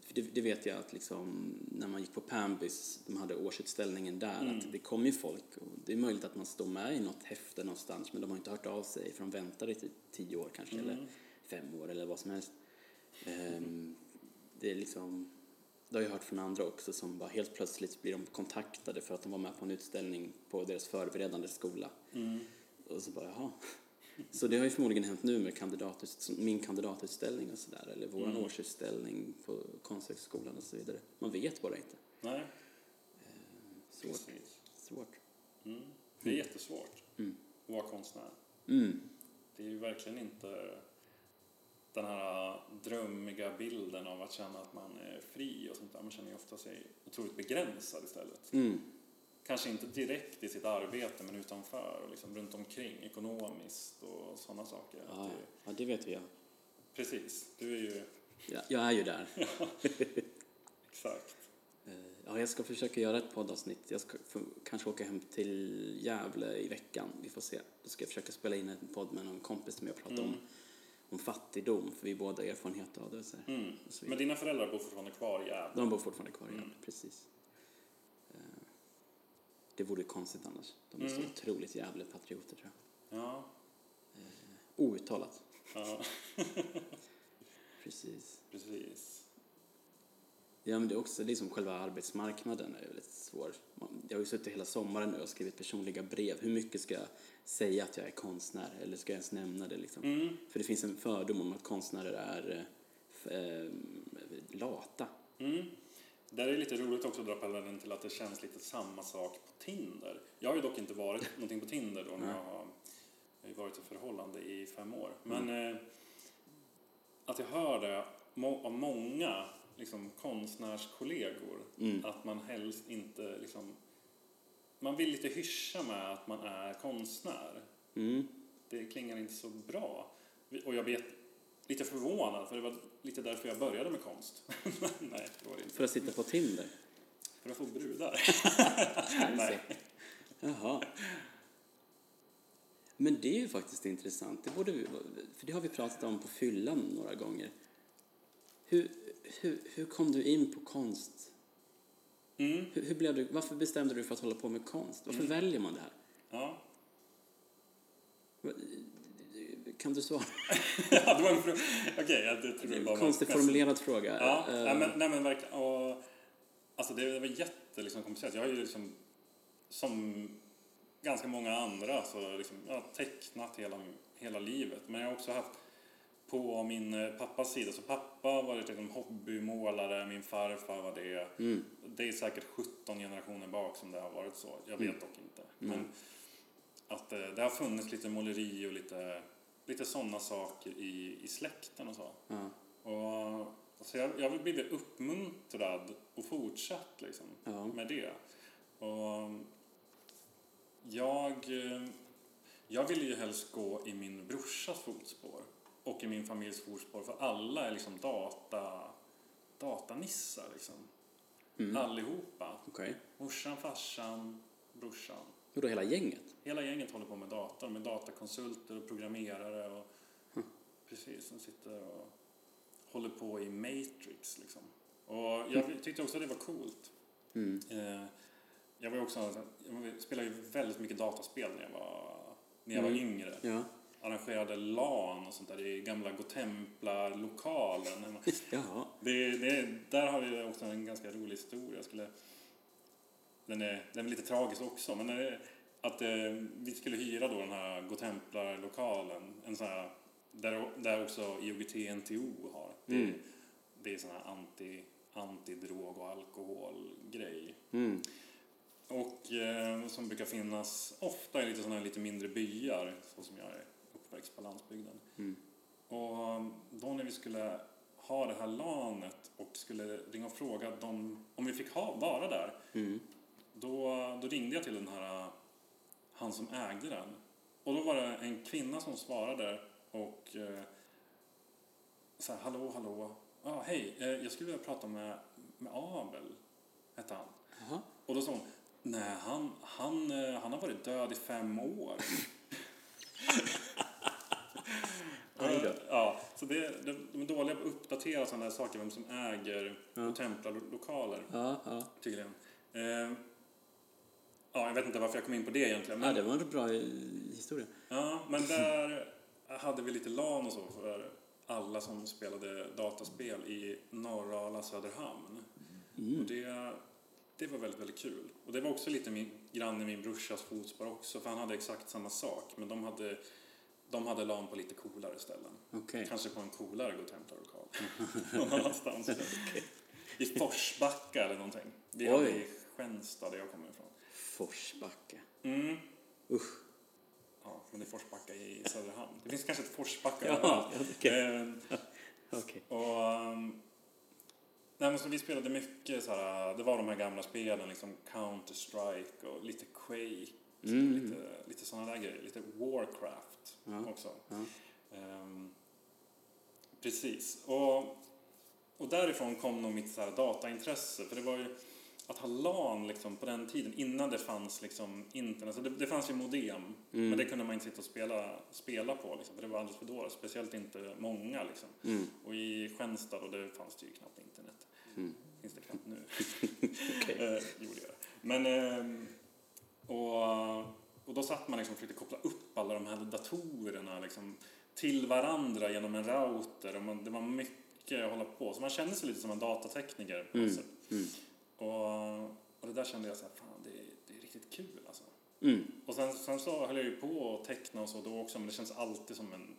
A: för det, det vet jag att liksom, när man gick på Pambys, de hade årsutställningen där, att det kom ju folk. Och det är möjligt att man står med i något häfte någonstans, men de har inte hört av sig för de väntar i typ tio år kanske,
B: Mm.
A: eller fem år eller vad som helst. Ehm, det är liksom, det har jag hört från andra också som bara helt plötsligt blir de kontaktade för att de var med på en utställning på deras förberedande skola.
B: Mm.
A: Och så bara, jaha. Så det har ju förmodligen hänt nu med kandidat, min kandidatutställning och sådär, eller vår årsutställning på Konsthögskolan och så vidare. Man vet bara inte.
B: Nej,
A: Svårt.
B: precis.
A: Svårt.
B: Mm. Det är jättesvårt
A: Mm.
B: att vara konstnär.
A: Mm.
B: Det är ju verkligen inte den här äh, drömmiga bilden av att känna att man är fri och sånt där. Man känner ju ofta sig otroligt begränsad istället.
A: Mm.
B: Kanske inte direkt i sitt arbete men utanför och liksom runt omkring ekonomiskt och sådana saker. Att
A: Ah, Ja,
B: det-
A: ja, det vet vi ja.
B: Precis, du är ju
A: ja. Jag är ju där.
B: exakt.
A: Eh, Ja, jag ska försöka göra ett poddavsnitt. Jag ska få, kanske åka hem till Gävle i veckan. Vi får se. Då ska jag försöka spela in en podd med någon kompis som jag pratade om. Om fattigdom, för vi har båda erfarenhet av det. Så här.
B: Mm.
A: Och så vidare.
B: Men dina föräldrar bor fortfarande kvar i Gävle?
A: De bor fortfarande kvar i Gävle,
B: Mm.
A: precis. Eh, Det vore ju konstigt annars. De är så
B: Mm.
A: otroligt jävla patrioter tror jag.
B: Ja.
A: Outtalat.
B: ja,
A: Precis.
B: precis.
A: Ja, men det är också liksom själva arbetsmarknaden är ju väldigt svår. Man- Jag har ju suttit hela sommaren nu och skrivit personliga brev. Hur mycket ska jag säga att jag är konstnär? Eller ska jag ens nämna det liksom?
B: Mm.
A: För det finns en fördom om att konstnärer är eh, f- eh, lata.
B: Mm. Där är det lite roligt också att dra parallellen till att det känns lite samma sak på Tinder. Jag har ju dock inte varit någonting på Tinder då när jag har, jag har ju varit i förhållande i fem år. Men eh, att jag hör det må, av många liksom, konstnärskollegor
A: Mm.
B: att man helst inte liksom, man vill lite hyscha med att man är konstnär.
A: Mm.
B: Det klingar inte så bra. Vi- Och jag blir jätte- lite förvånad för det var lite därför jag började med konst. Nej, det var det inte.
A: För att sitta på Tinder.
B: För att få brudar?
A: Nej. Jaha. Men det är ju faktiskt intressant. Det borde vi, för det har vi pratat om på fyllan några gånger. Hur, hur, hur kom du in på konst?
B: Mm.
A: Hur, hur blev du, varför bestämde du dig för att hålla på med konst? Varför väljer man det här?
B: Ja.
A: Kan du svara?
B: ja, det var en fråga. Okej, jag det tror det bara var
A: Konstigt
B: mest-
A: formulerad fråga.
B: Ja,
A: Eh,
B: nej, men, nej, men verkligen. Och, alltså det var jätte liksom, komplicerat. Jag har ju liksom, som ganska många andra, så liksom, jag har tecknat hela, hela livet. Men jag har också haft på min eh, pappas sida, så pappa var liksom hobbymålare, min farfar var det.
A: mm,
B: Det är säkert 17 generationer bak som det har varit så. Jag vet dock inte. Men, att eh, det har funnits lite måleri och lite, lite sådana saker i, i släkten och så.
A: Ja,
B: Och, alltså jag, jag har blivit uppmuntrad och fortsatt liksom,
A: ja.
B: med det. Och jag, eh, jag ville ju helst gå i min brorsas fotspår och i min familjs fotspår för alla är liksom data, datanissar liksom.
A: Mm.
B: Allihopa.
A: Okej.
B: Morsan, farsan, brorsan.
A: Och då hela gänget?
B: Hela gänget håller på med dator, med datakonsulter och programmerare och precis, som sitter och håller på i Matrix liksom. Och jag tyckte också att det var coolt.
A: Mm.
B: Eh, Jag var ju också, jag spelade ju väldigt mycket dataspel när jag var, när jag var
A: Mm.
B: yngre.
A: Ja.
B: Arrangerade LAN och sånt där i gamla Gotempla-lokalen.
A: Jaha.
B: Det, det, där har vi också en ganska rolig historia. Jag skulle, den, är, den är lite tragisk också. Men det, att eh, vi skulle hyra då den här Gotemplar-lokalen. En sån här, där, där också IOGT-NTO har. Det,
A: Mm.
B: det är sån här anti, antidrog och alkoholgrej.
A: Mm.
B: Och eh, som brukar finnas ofta i lite såna här lite mindre byar. Så som jag är uppväxt på landsbygden.
A: Mm.
B: Och um, då när vi skulle ha det här lanet och skulle ringa och fråga dem om vi fick ha, vara där,
A: Mm.
B: då, då ringde jag till den här, uh, han som ägde den. Och då var det en kvinna som svarade och eh, så här, hallå, hallå, ah, hej, eh, jag skulle vilja prata med, med Abel, hette han.
A: Jaha.
B: Och då sa hon, nej, han, han, eh, han har varit död i fem år.
A: Aj då.
B: Ja, så det, de, de är dåliga på att uppdatera sådana där saker, vem som äger
A: Ja.
B: och templar lo- lokaler,
A: Ja, ja.
B: tydligen. Eh, ja, jag vet inte varför jag kom in på det egentligen.
A: ja,
B: Men,
A: det var en bra eh, historia.
B: ja, men där hade vi lite LAN och så för alla som spelade dataspel i Norrala Söderhamn. Och
A: Mm.
B: det, det var väldigt, väldigt kul. Och det var också lite min, grann i min brorsas fotspår också, för han hade exakt samma sak, men de hade, de hade LAN på lite coolare ställen.
A: Okej.
B: Kanske på en coolare Godtemplarlokal. Någon annanstans. I Forsbacka eller någonting. Vi
A: Oj.
B: hade i Skänsta, där jag kommer ifrån.
A: Forsbacka.
B: Mm.
A: Usch.
B: Ja, men det är Forsbacka i Söderhamn. Det finns kanske ett Forsbacka
A: Ja,
B: överallt.
A: ja, okej.
B: Ehm,
A: Okej.
B: Och, ehm, nej, men så vi spelade mycket så här, det var de här gamla spelen, liksom Counter-Strike och lite Quake,
A: Mm.
B: lite, lite sådana där grejer, lite Warcraft
A: Ja,
B: också.
A: ja.
B: Ehm, precis, och, och därifrån kom nog mitt så här dataintresse, för det var ju att ha LAN liksom, på den tiden, innan det fanns liksom, internet, så det, det fanns ju modem,
A: Mm.
B: men det kunde man inte sitta och spela, spela på, liksom, för det var alldeles för dåligt, speciellt inte många. Liksom.
A: Mm.
B: Och i Skänstad, och det fanns det ju knappt internet.
A: Mm.
B: Finns det knappt nu.
A: Okej.
B: eh, jo, det gör det. Men, ehm, och, och då satt man liksom och försökte koppla upp alla de här datorerna liksom, till varandra genom en router. Och man, det var mycket att hålla på. Så man kände sig lite som en datatekniker på något
A: Mm.
B: sätt.
A: Mm.
B: Och, och det där kände jag så här, fan det är, det är riktigt kul alltså.
A: Mm.
B: Och sen, sen så höll jag ju på och teckna och så då också, men det känns alltid som en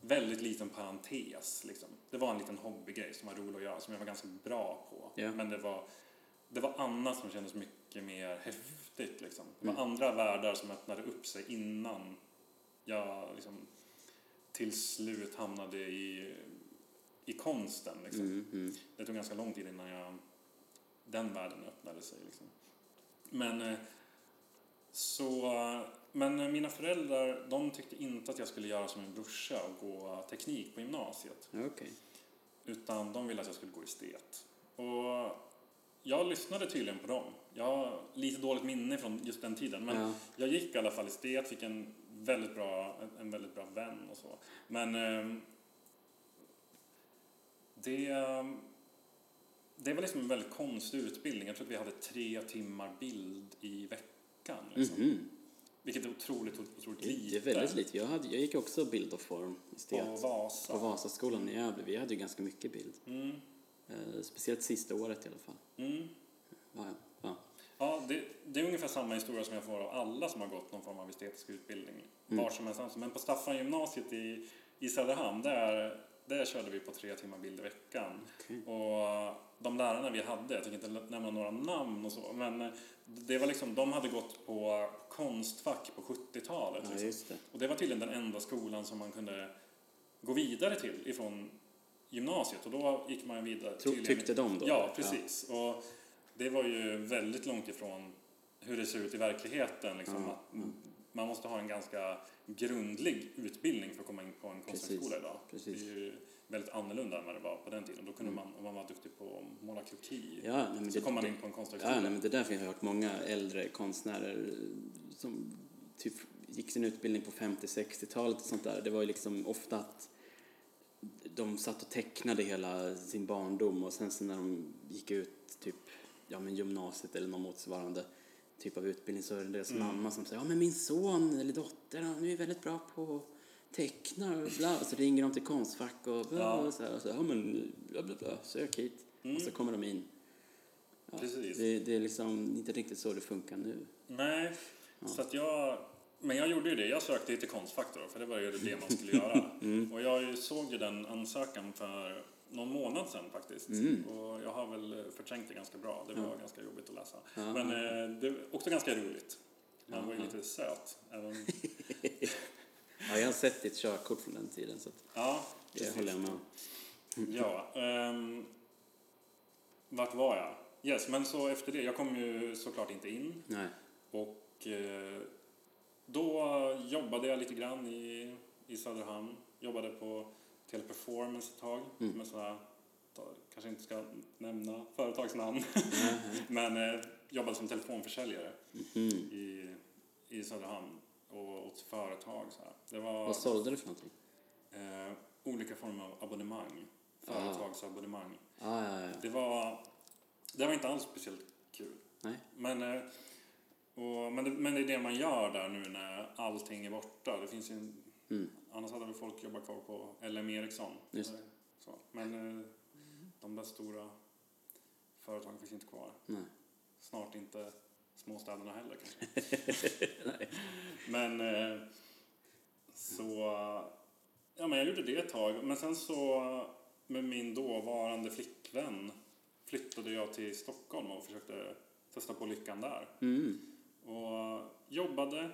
B: väldigt liten parentes. Liksom. Det var en liten hobbygrej som var rolig att göra, som jag var ganska bra på.
A: Ja.
B: Men det var, det var annat som kändes mycket mer häftigt. Liksom. Det var
A: Mm.
B: andra världar som öppnade upp sig innan jag liksom, till slut hamnade i, i konsten. Liksom.
A: Mm. Mm.
B: Det tog ganska lång tid innan jag, den världen öppnade sig. Liksom. Men, eh, så, men eh, mina föräldrar de tyckte inte att jag skulle göra som min brorsa och gå teknik på gymnasiet.
A: Ja, Okej.
B: Utan de ville att jag skulle gå estet. Och jag lyssnade tydligen på dem. Jag har lite dåligt minne från just den tiden. Men
A: Ja.
B: jag gick i alla fall estet, fick en väldigt bra, en- en väldigt bra vän och så. Men ehm, det, ehm, det var liksom en väldigt konstig utbildning. Jag tror att vi hade tre timmar bild i veckan. Liksom.
A: Mhm.
B: Vilket är otroligt, otroligt lite.
A: Det är väldigt lite. Jag, hade, jag gick också bild och form i
B: På
A: stet.
B: Vasa.
A: På Vasaskolan i Gävle. Vi hade ju ganska mycket bild.
B: Mm,
A: Eh, speciellt sista året i alla fall.
B: mm.
A: Ja, ja. ja.
B: Ja, det, det är ungefär samma historia som jag får av alla som har gått någon form av
A: Mm.
B: estetisk utbildning. Var som helst. annars. Men på Staffan gymnasiet i, i Söderhamn, där det körde vi på tre timmar bild i veckan.
A: Okej.
B: Och eh, de lärarna vi hade, jag tänker inte nämna några namn och så, men eh, det var liksom, de hade gått på konstfack på 70-talet.
A: Ja,
B: liksom.
A: just det.
B: Och det var tydligen den enda skolan som man kunde gå vidare till ifrån gymnasiet och då gick man vidare.
A: Tro,
B: tydligen-
A: tyckte de då?
B: Ja, precis. Och det var ju väldigt långt ifrån hur det ser ut i verkligheten. Liksom,
A: Ja,
B: att Man måste ha en ganska grundlig utbildning för att komma in på en konsthögskola idag.
A: precis. Mm.
B: Det är ju väldigt annorlunda än vad det var på den tiden. Då kunde man, om man var duktig på att måla kroki,
A: Ja, nej, men
B: så
A: det,
B: kom man
A: det-
B: in på en konsthögskola.
A: Ja, nej, men det där har jag hört många äldre konstnärer eh, som typ gick sin utbildning på 50-60-talet och sånt där. Det var ju liksom ofta att de satt och tecknade hela sin barndom och sen så när de gick ut typ ja, men gymnasiet eller någon motsvarande typ av utbildning så är det deras
B: Mm.
A: mamma som säger ja men min son eller dotter han är ju väldigt bra på att teckna och bla och så ringer de till konstfack och, bla,
B: Ja.
A: och så här och så ja men bla bla bla sök hit och så kommer de in Ja,
B: Mm, Precis.
A: Det, det är liksom inte riktigt så det funkar nu.
B: Nej, så att jag... Men jag gjorde ju det. Jag sökte ju till Konstfack då, för det var ju det man skulle göra.
A: Mm.
B: Och jag ju såg ju den ansökan för någon månad sedan faktiskt.
A: Mm.
B: Och jag har väl förträngt det ganska bra. Det var ganska jobbigt att läsa. Men eh, det var också ganska roligt. Man var ju lite söt. Även...
A: Ja, jag har sett ditt körkort från den tiden så att
B: Ja,
A: det håller jag med om.
B: Ja, ehm, vart var jag? Yes, men så efter det, jag kom ju såklart inte in.
A: Nej.
B: Och eh, då jobbade jag lite grann i, i Söderhamn. Jobbade på Teleperformance ett tag.
A: Mm.
B: Som är sådär, ta- kanske inte ska nämna företagsnamn. Men eh, jobbade som telefonförsäljare
A: Mm.
B: i, i Söderhamn. Och åt företag så här. Det var
A: Vad sålde du för någonting?
B: eh, olika former av abonnemang.
A: Ah.
B: Företagsabonnemang.
A: Ah, ja, ja, ja.
B: Det var, det var inte alls speciellt kul.
A: Nej.
B: Men, eh, och, men, det, men det är det man gör där nu när allting är borta. Det finns ju, en-
A: Mm.
B: Annars hade väl folk jobbat kvar på LM Ericsson.
A: Just
B: eller Så. Men eh, de där stora företagen finns inte kvar.
A: Nej.
B: Snart inte småstäderna heller kanske. men eh, så... Ja, men jag gjorde det ett tag. Men sen så med min dåvarande flickvän flyttade jag till Stockholm och försökte testa på lyckan där.
A: Mm.
B: Och jobbade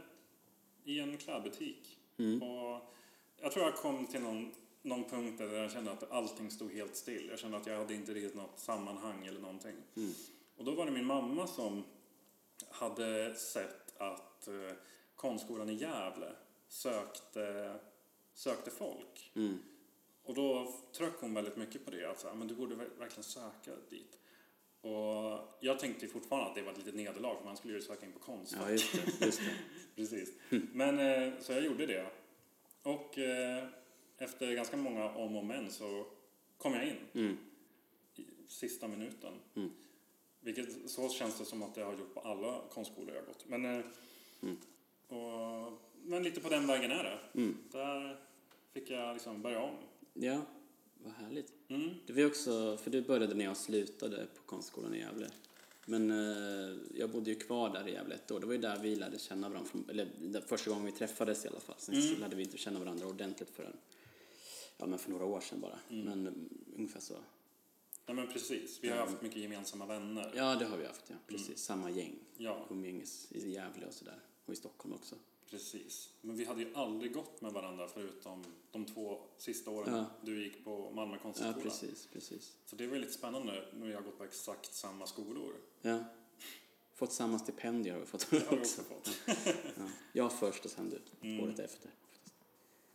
B: i en klädbutik.
A: Mm.
B: Och jag tror jag kom till någon, någon punkt där jag kände att allting stod helt still. Jag kände att jag hade inte riktigt något sammanhang eller någonting.
A: Mm.
B: Och då var det min mamma som hade sett att eh, konstskolan i Gävle sökte, sökte folk.
A: Mm.
B: Och då tryckte hon väldigt mycket på det. Att så här, men du borde ver- verkligen söka dit. Och jag tänkte fortfarande att det var ett litet nederlag för man skulle ju söka in på konst.
A: Ja, just det. Just det.
B: Precis. Men eh, så jag gjorde det. Och eh, efter ganska många om och men så kom jag in
A: Mm.
B: i sista minuten.
A: Mm.
B: Vilket så känns det som att jag har gjort på alla konstskolor jag har gått. Men, eh,
A: Mm.
B: och, men lite på den vägen är det.
A: Mm.
B: Där fick jag liksom börja om.
A: Ja, vad härligt.
B: Mm.
A: Det var ju också, för du började när jag slutade på konstskolan i Gävle. Men eh, jag bodde ju kvar där i Gävle ett år. Det var ju där vi lärde känna varandra, från, eller där första gången vi träffades i alla fall. Sen
B: Mm.
A: så lärde vi inte känna varandra ordentligt förrän, ja men för några år sedan bara. Men mm, ungefär så.
B: Nej men precis, vi har
A: Mm.
B: haft mycket gemensamma vänner.
A: Ja, det har vi haft ja. Precis, samma gäng.
B: Mm. Ja,
A: Umgänges i Gävle och sådär. Och i Stockholm också.
B: precis. Men vi hade ju aldrig gått med varandra förutom de två sista åren
A: Ja.
B: du gick på Malmö
A: Ja,
B: konsthögskola.
A: precis, precis.
B: så det var ju lite spännande när jag har gått på exakt samma skolor.
A: Ja. Fått samma stipendier har vi fått
B: Det har vi
A: också.
B: också fått.
A: Ja. Jag först och sen du,
B: Mm.
A: året efter.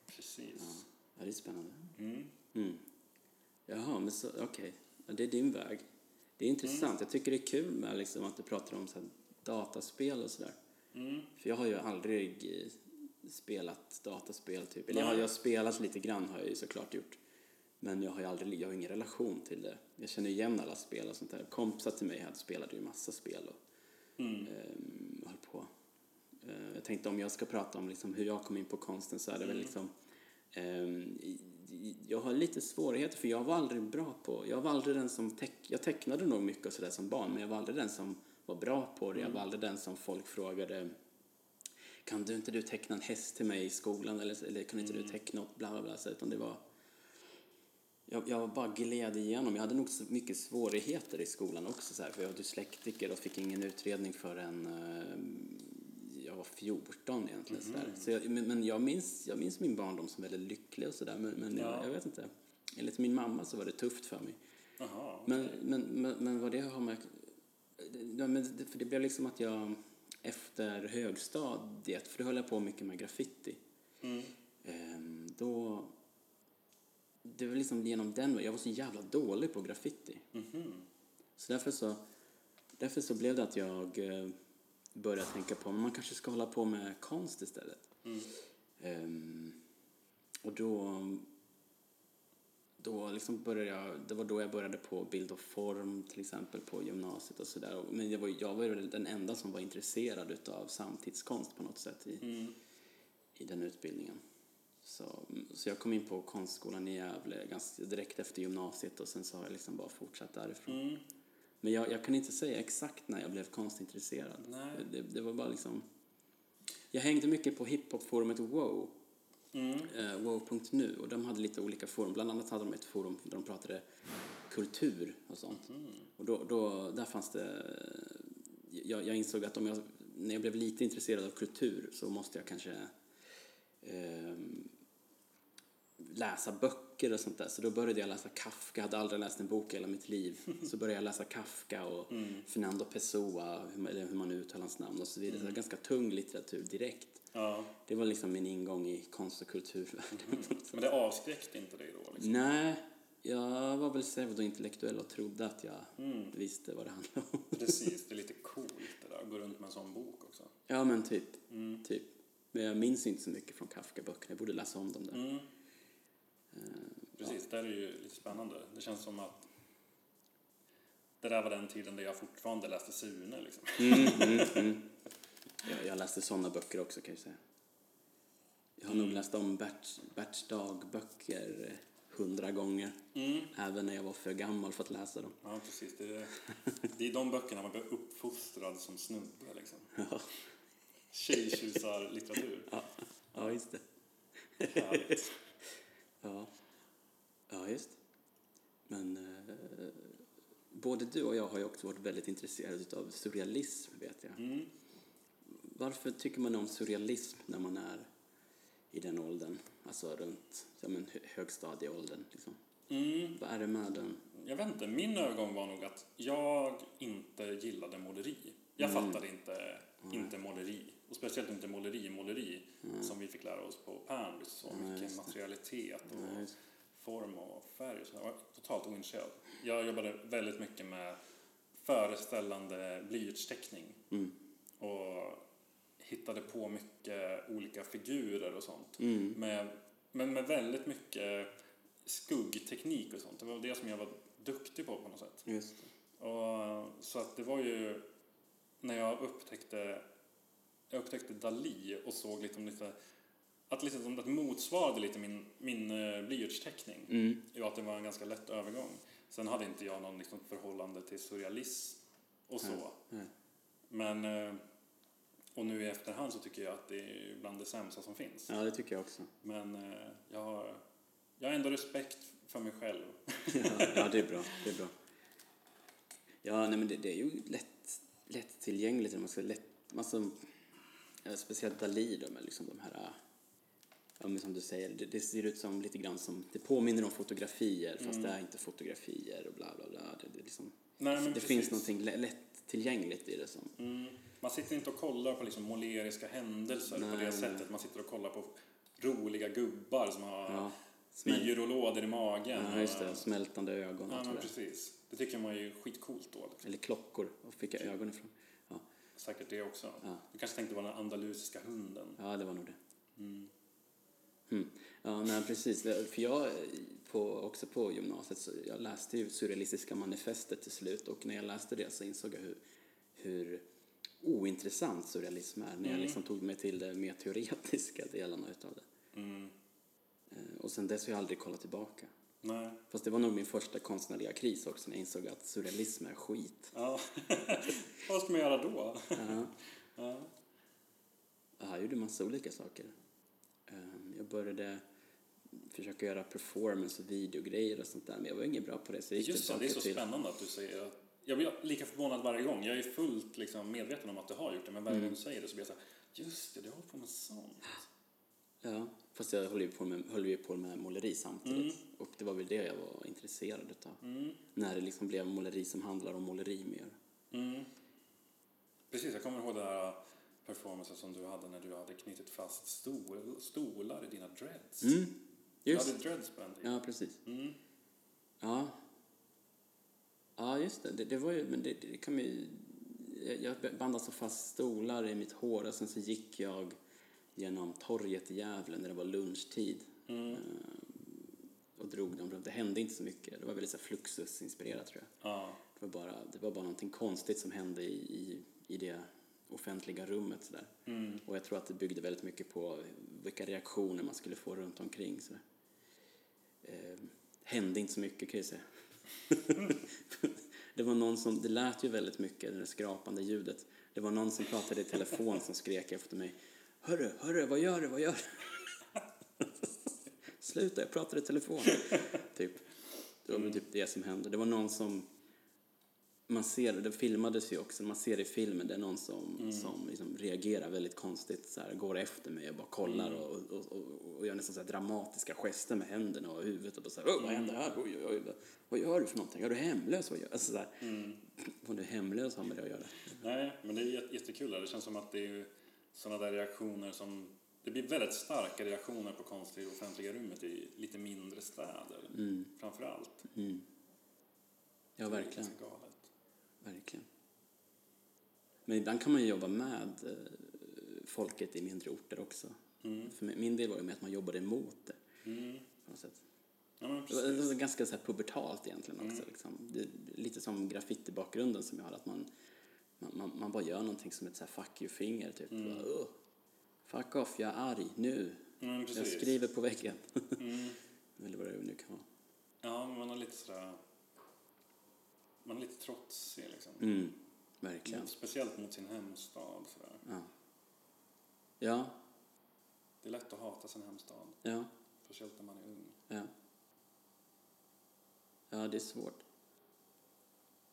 B: Precis.
A: Ja, det är spännande.
B: Mm.
A: Mm. Jaha, men så, okej. Ja, det är din väg. Det är intressant. Jag tycker det är kul med liksom, att du pratar om så här, dataspel och sådär.
B: Mm.
A: För jag har ju aldrig eh, spelat dataspel typ. Eller jag
B: Nej.
A: har, jag har spelat lite grann har jag ju såklart gjort. Men jag har ju aldrig, jag har ingen relation till det. Jag känner igen alla spel och sånt där. Kompisar till mig hade spelade ju massa spel och
B: Mm.
A: ehm, höll på. Eh, jag tänkte om jag ska prata om liksom hur jag kom in på konsten så är det väl liksom ehm, i- i- jag har lite svårigheter för jag var aldrig bra på, jag var aldrig den som, teck, jag tecknade nog mycket och sådär som barn men jag var aldrig den som var bra på det, jag var aldrig den som folk frågade kan du inte du teckna en häst till mig i skolan eller, eller kan inte du teckna något bla bla bla så, utan det var jag, jag bara gled igenom. Jag hade nog så mycket svårigheter i skolan också så här, för jag var dyslektiker och fick ingen utredning förrän eh, jag var 14 egentligen. Så där. Så jag, men men jag, minns, jag minns min barndom som väldigt lycklig och sådär men, men
B: Ja.
A: jag, jag vet inte. Enligt min mamma så var det tufft för mig.
B: Jaha.
A: Men, men, men, men vad det har man... Ja, men det, för det blev liksom att jag efter högstadiet, för då höll jag på mycket med graffiti,
B: Mm.
A: ehm, då... Det var liksom genom den Jag var så jävla dålig på graffiti.
B: Mhm.
A: Så därför så, därför så blev det att jag eh, började tänka på men man kanske ska hålla på med konst istället.
B: Mm.
A: Ehm, och då, då liksom började jag, det var då jag började på bild och form till exempel på gymnasiet och sådär. Och- Men jag var, ju- jag var ju den enda som var intresserad utav samtidskonst på något sätt i,
B: Mm.
A: i den utbildningen. Så, så jag kom in på konstskolan i Gävle ganska direkt efter gymnasiet och sen så har jag liksom bara fortsatt därifrån.
B: Mm.
A: Men jag, jag kan inte säga exakt när jag blev konstintresserad.
B: Nej.
A: Det, det var bara liksom... Jag hängde mycket på hiphopforumet wow,
B: Mm.
A: eh, wow.nu och de hade lite olika forum. Bland annat hade de ett forum där de pratade kultur och sånt. Och då, då, där fanns det... Jag, jag insåg att om jag, när jag blev lite intresserad av kultur så måste jag kanske ehm, läsa böcker och sånt där. Så då började jag läsa Kafka, hade aldrig läst en bok i hela mitt liv. Så började jag läsa Kafka och Fernando Pessoa, hur man- eller hur man nu uttalar hans namn och så vidare. Så ganska tung litteratur direkt.
B: Ja.
A: Det var liksom min ingång i konst och kulturvärlden.
B: Men det avskräckte inte dig då? Liksom.
A: Nej, jag var väl pseudointellektuell och trodde att jag visste vad det handlade om.
B: Precis, det är lite coolt det där. Gå runt med en sån bok också.
A: Ja, men typ. typ. Men jag minns inte så mycket från Kafka-böckerna. Jag borde läsa om dem där.
B: Mm. Precis, det där är ju lite spännande. Det känns som att det där var den tiden där jag fortfarande läste Sune liksom.
A: Jag, jag läste sådana böcker också kan jag säga. Jag har nog läst om Berts, Berts dagböcker eh, hundra gånger. Även när jag var för gammal för att läsa dem.
B: Ja, precis. Det är, det är de böckerna man blir uppfostrad som snubbe liksom.
A: Ja,
B: Tjejtjusarlitteratur.
A: ja just det.
B: Härligt.
A: Ja, ja just. Men eh, både du och jag har ju också varit väldigt intresserade av surrealism vet jag.
B: Mm.
A: Varför tycker man om surrealism när man är i den åldern? Alltså runt ja, men, hö- högstadieåldern liksom.
B: Mm.
A: Vad är det med den?
B: Jag vet inte, min ögon var nog att jag inte gillade måleri. Jag
A: Mm.
B: fattade inte, inte måleri. Och speciellt inte måleri, måleri Mm.
A: Mm.
B: som vi fick lära oss på Pärnby. Så mycket materialitet och
A: Ja, just.
B: form och färg. Så jag var totalt ointresserad. Jag jobbade väldigt mycket med föreställande blyertsteckning.
A: Mm.
B: Och hittade på mycket olika figurer och sånt.
A: Mm.
B: Med, men med väldigt mycket skuggteknik och sånt. Det var det som jag var duktig på på något sätt.
A: Just det.
B: Och, så att det var ju när jag upptäckte, jag upptäckte Dali och såg liksom lite att liksom, som det motsvarade lite min, min eh, blyertsteckning.
A: Mm.
B: I att det var en ganska lätt övergång. Sen hade inte jag någon liksom, förhållande till surrealism och så.
A: nej.
B: Men, eh, och nu i efterhand så tycker jag att det är bland det sämsta som finns.
A: Ja, det tycker jag också.
B: Men eh, jag har, jag har ändå respekt för mig själv.
A: Ja, ja det är bra. Det är bra. Ja, nej, men det, det är ju lätt, lättillgängligt. eller Man ska lätt, man ska, ja, speciellt Dalí då med liksom de här, ja, men som du säger, det, det ser ut som lite grann som, det påminner om fotografier fast det är inte fotografier och bla bla bla. Det, det, är liksom,
B: Nej, men
A: det
B: precis.
A: finns någonting lä- lättillgängligt i det som,
B: Mm. Man sitter inte och kollar på liksom måleriska händelser på
A: Nej,
B: det
A: nej.
B: sättet. Man sitter och kollar på roliga gubbar som har
A: ja, smält,
B: spyor och lådor i magen.
A: ja just det,
B: Och-
A: smältande ögon och
B: Ja,
A: allt
B: men
A: det där.
B: precis. Det tycker man är ju skitcoolt då. Liksom.
A: Eller klockor, var fick jag ögonen ifrån? Ja,
B: Säkert det också.
A: Ja.
B: Du kanske tänkte på den andalusiska hunden.
A: ja, det var nog det.
B: Mm.
A: Mm. Ja, nej, precis. För jag, på, också på gymnasiet, så jag läste ju Surrealistiska manifestet till slut och när jag läste det så insåg jag hur, hur ointressant surrealism är när jag
B: Mm.
A: liksom tog mig till de mer teoretiska delarna utav det.
B: Mm.
A: Eh, Och sen dess har jag aldrig kollat tillbaka.
B: Nej.
A: Fast det var nog min första konstnärliga kris också när jag insåg att surrealism är skit.
B: Ja. Vad ska man göra då?
A: Ja.
B: Ja.
A: Ja, jag gjorde massa olika saker. Ehm, Jag började försöka göra performance och videogrejer och sånt där, men jag var ingen bra på det. Så jag gick
B: Just det, det är
A: tillbaka
B: så
A: till-
B: spännande att du säger att jag blir lika förvånad varje gång. Jag är fullt liksom, medveten om att du har gjort det, men
A: Mm.
B: varje gång du säger det så blir jag så här, just det, du håller på med sånt.
A: Ja, fast jag höll ju på med, höll ju på med måleri samtidigt. Och det var väl det jag var intresserad utav. När det liksom blev måleri som handlar om måleri mer.
B: Mm. Precis, jag kommer ihåg den här performancen som du hade när du hade knutit fast stol, stolar i dina dreads.
A: Mm,
B: Du
A: just
B: hade dreads på den tiden.
A: Ja, precis.
B: Mm.
A: Ja. Ja, just det. Det, det var ju, men det, det kan man ju... Jag, jag bandade så fast stolar i mitt hår och sen så gick jag genom torget i Gävle när det var lunchtid. Eh, och drog dem runt. Det hände inte så mycket. Det var väldigt så här Fluxus-inspirerat tror jag.
B: Ja.
A: Det var bara, det var bara någonting konstigt som hände i, i, i det offentliga rummet. Så där.
B: Mm,
A: Och jag tror att det byggde väldigt mycket på vilka reaktioner man skulle få runt omkring. Så där. Eh, hände inte så mycket kan jag säga. det var någon som, det lät ju väldigt mycket, det där skrapande ljudet. Det var någon som pratade i telefon som skrek efter mig. Hörru, hörru, vad gör du, vad gör du? Sluta, jag pratar i telefon. typ. Det var väl typ det som hände. Det var någon som man ser, det filmades ju också, man ser i filmen, det är någon som, som liksom reagerar väldigt konstigt, så här, går efter mig och bara kollar och, och, och, och gör nästan så här dramatiska gester med händerna och huvudet och bara så här, "Åh, vad händer här? Oj, oj, oj, vad gör du för någonting? Är du hemlös? Vad gör? Alltså, så här,
B: mm.
A: Om du är hemlös har med det att göra.
B: Nej, men det är jätte- jättekul. där. Det känns som att det är sådana där reaktioner som... Det blir väldigt starka reaktioner på konst i det offentliga rummet i lite mindre städer. Framför allt.
A: Mm. Ja,
B: Det är
A: verkligen.
B: ganska galet.
A: Verkligen. Men ibland kan man ju jobba med eh, folket i mindre orter också.
B: Mm.
A: För min- min del var det med att man jobbade emot det. På något sätt.
B: Ja, men
A: Det var- det
B: precis.
A: var ganska så här pubertalt egentligen också. Liksom. Det är lite som graffitibakgrunden som jag har, att man, man, man, man bara gör någonting som ett så här fuck you-finger. Typ. Bara, "Ugh, fuck off, jag är arg nu.
B: Ja, men
A: Jag
B: precis.
A: skriver på väggen.
B: Mm.
A: Eller vad det nu kan vara.
B: Ja, men man är lite sådär... Man är lite trotsig liksom.
A: Mm, verkligen.
B: Speciellt mot sin hemstad. Sådär.
A: Ja. Ja,
B: Det är lätt att hata sin hemstad.
A: ja,
B: Speciellt när man är ung.
A: ja. Ja, det är svårt.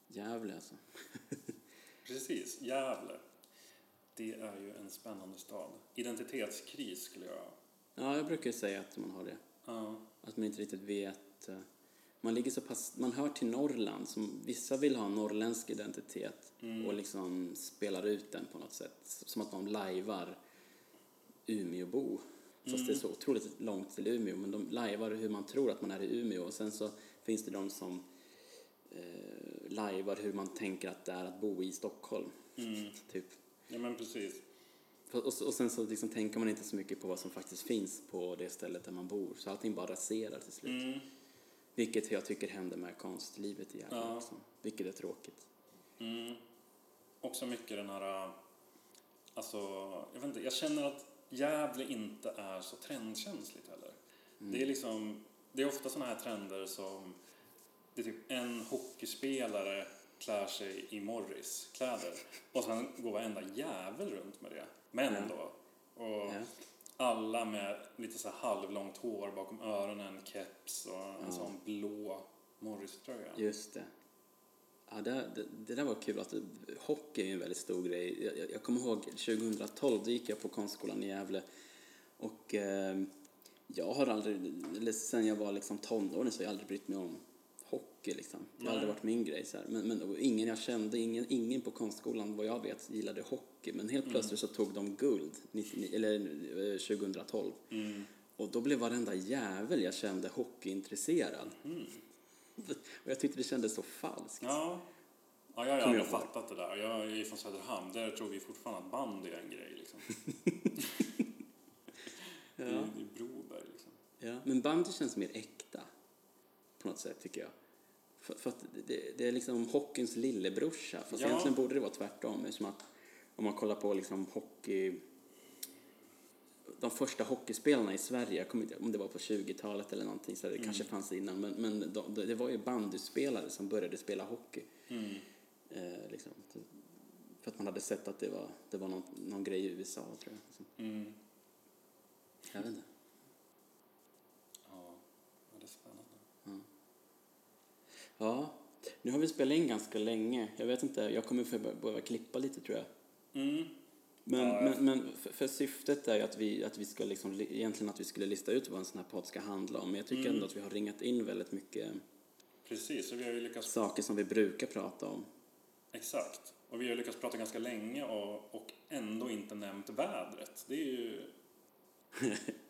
A: Jävlar alltså.
B: Precis, Gävle. Det är ju en spännande stad. Identitetskris skulle jag...
A: Ja, jag brukar ju säga att man har det.
B: Ja.
A: Att man inte riktigt vet. eh, Man ligger så pass, man hör till Norrland, som vissa vill ha en norrländsk identitet
B: Mm.
A: och liksom spelar ut den på något sätt. Som att de lajvar Umeåbo. Fast
B: Mm.
A: det är så otroligt långt till Umeå, men de lajvar hur man tror att man är i Umeå och sen så finns det de som eh, lajvar hur man tänker att det är att bo i Stockholm.
B: Mm.
A: typ.
B: ja, men precis.
A: Och, och sen så liksom tänker man inte så mycket på vad som faktiskt finns på det stället där man bor, så allting bara raserar till slut.
B: Mm.
A: Vilket jag tycker händer med konstlivet i Gävle
B: Ja.
A: också. Vilket är tråkigt.
B: Mm. Också mycket den här... äh, Alltså, jag vet inte, jag känner att Gävle inte är så trendkänsligt heller.
A: Mm.
B: Det är liksom, det är ofta sådana här trender som det är typ en hockeyspelare klär sig i Morris kläder och sen går varenda jävel runt med det. Men
A: Ja.
B: då. Och
A: Ja.
B: alla med lite så här halvlångt hår bakom öronen, keps och en sån blå Morris-tröja.
A: Just det. Ja, det, det, det där var kul att du- hockey är ju en väldigt stor grej. Jag, jag, jag kommer ihåg 2012, då gick jag på konstskolan i Gävle och eh, jag har aldrig, eller sen jag var liksom tonåring så har jag aldrig brytt mig om hockey liksom. Det har aldrig varit min grej så här. Men, men och ingen jag kände, ingen, ingen på konstskolan vad jag vet gillade hockey men helt plötsligt så tog de guld 99, eller eh, 2012.
B: Mm.
A: Och då blev varenda jävel jag kände hockeyintresserad. Och jag tyckte det kändes så falskt.
B: Ja. ja, jag har ju
A: Kommer
B: aldrig
A: jag ihåg.
B: fattat det där. Jag är ju från Söderhamn. Där tror vi fortfarande att bandy är en grej. Liksom. det, är,
A: Ja.
B: det är Broberg liksom.
A: Ja. Men bandy känns mer äkta på något sätt tycker jag. För, för att det, det är liksom hockeyns lillebrorsa. Fast
B: Ja.
A: egentligen borde det vara tvärtom eftersom att om man kollar på liksom hockey de första hockeyspelarna i Sverige, jag kommer inte ihåg om det var på 20-talet eller någonting, så det
B: Mm.
A: kanske fanns innan, men, men de, det var ju bandyspelare som började spela hockey.
B: Mm.
A: Eh, liksom. För att man hade sett att det var, det var någon, någon
B: Mm.
A: grej i USA, tror jag. Liksom. Jag vet inte.
B: Ja,
A: Nu har vi spelat in ganska länge. Jag vet inte, jag kommer få bör- behöva klippa lite tror jag.
B: Mm.
A: Men,
B: Ja, jag-
A: men, men för, för syftet är ju att vi, att vi ska liksom, li- egentligen att vi skulle lista ut vad en sån här podd ska handla om. Men jag tycker
B: Mm.
A: ändå att vi har ringat in väldigt mycket
B: Precis, så vi har ju lyckats...
A: saker som vi brukar prata om.
B: Exakt. Och vi har lyckats prata ganska länge och, och ändå inte nämnt vädret. Det är ju...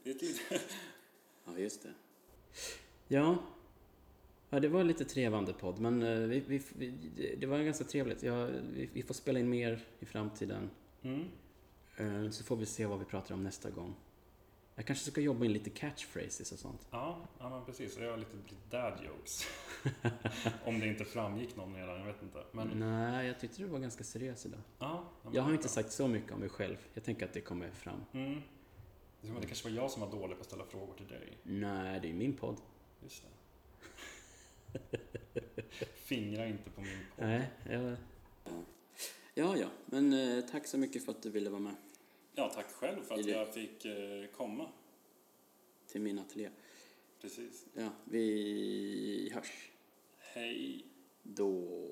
B: Det är ett litet...
A: Ja, just det. Ja. Ja, det var en lite trevande podd, men eh, vi, vi, vi, det- det var ganska trevligt. Ja, vi, vi får spela in mer i framtiden,
B: Mm.
A: Eh, så får vi se vad vi pratar om nästa gång. Jag kanske ska jobba in lite catchphrases och sånt.
B: Ja, ja men precis. Jag har lite blivit dad jokes. Om det inte framgick någon redan, jag vet inte. Men
A: Nej, jag tyckte du var ganska seriös idag.
B: ja. ja, men
A: Jag har
B: det är
A: inte
B: bra.
A: sagt så mycket om mig själv. Jag tänker att det kommer fram.
B: Mm. Det, är som att det kanske var jag som var dålig på att ställa frågor till dig.
A: Nej, det är min podd.
B: Just det. Fingra inte på min podd.
A: Nej, jag... Ja, ja, men eh, tack så mycket för att du ville vara med
B: Ja, tack själv för att
A: Det är
B: jag fick eh, komma.
A: till min ateljé.
B: Precis.
A: Ja, vi hörs
B: Hej.
A: då.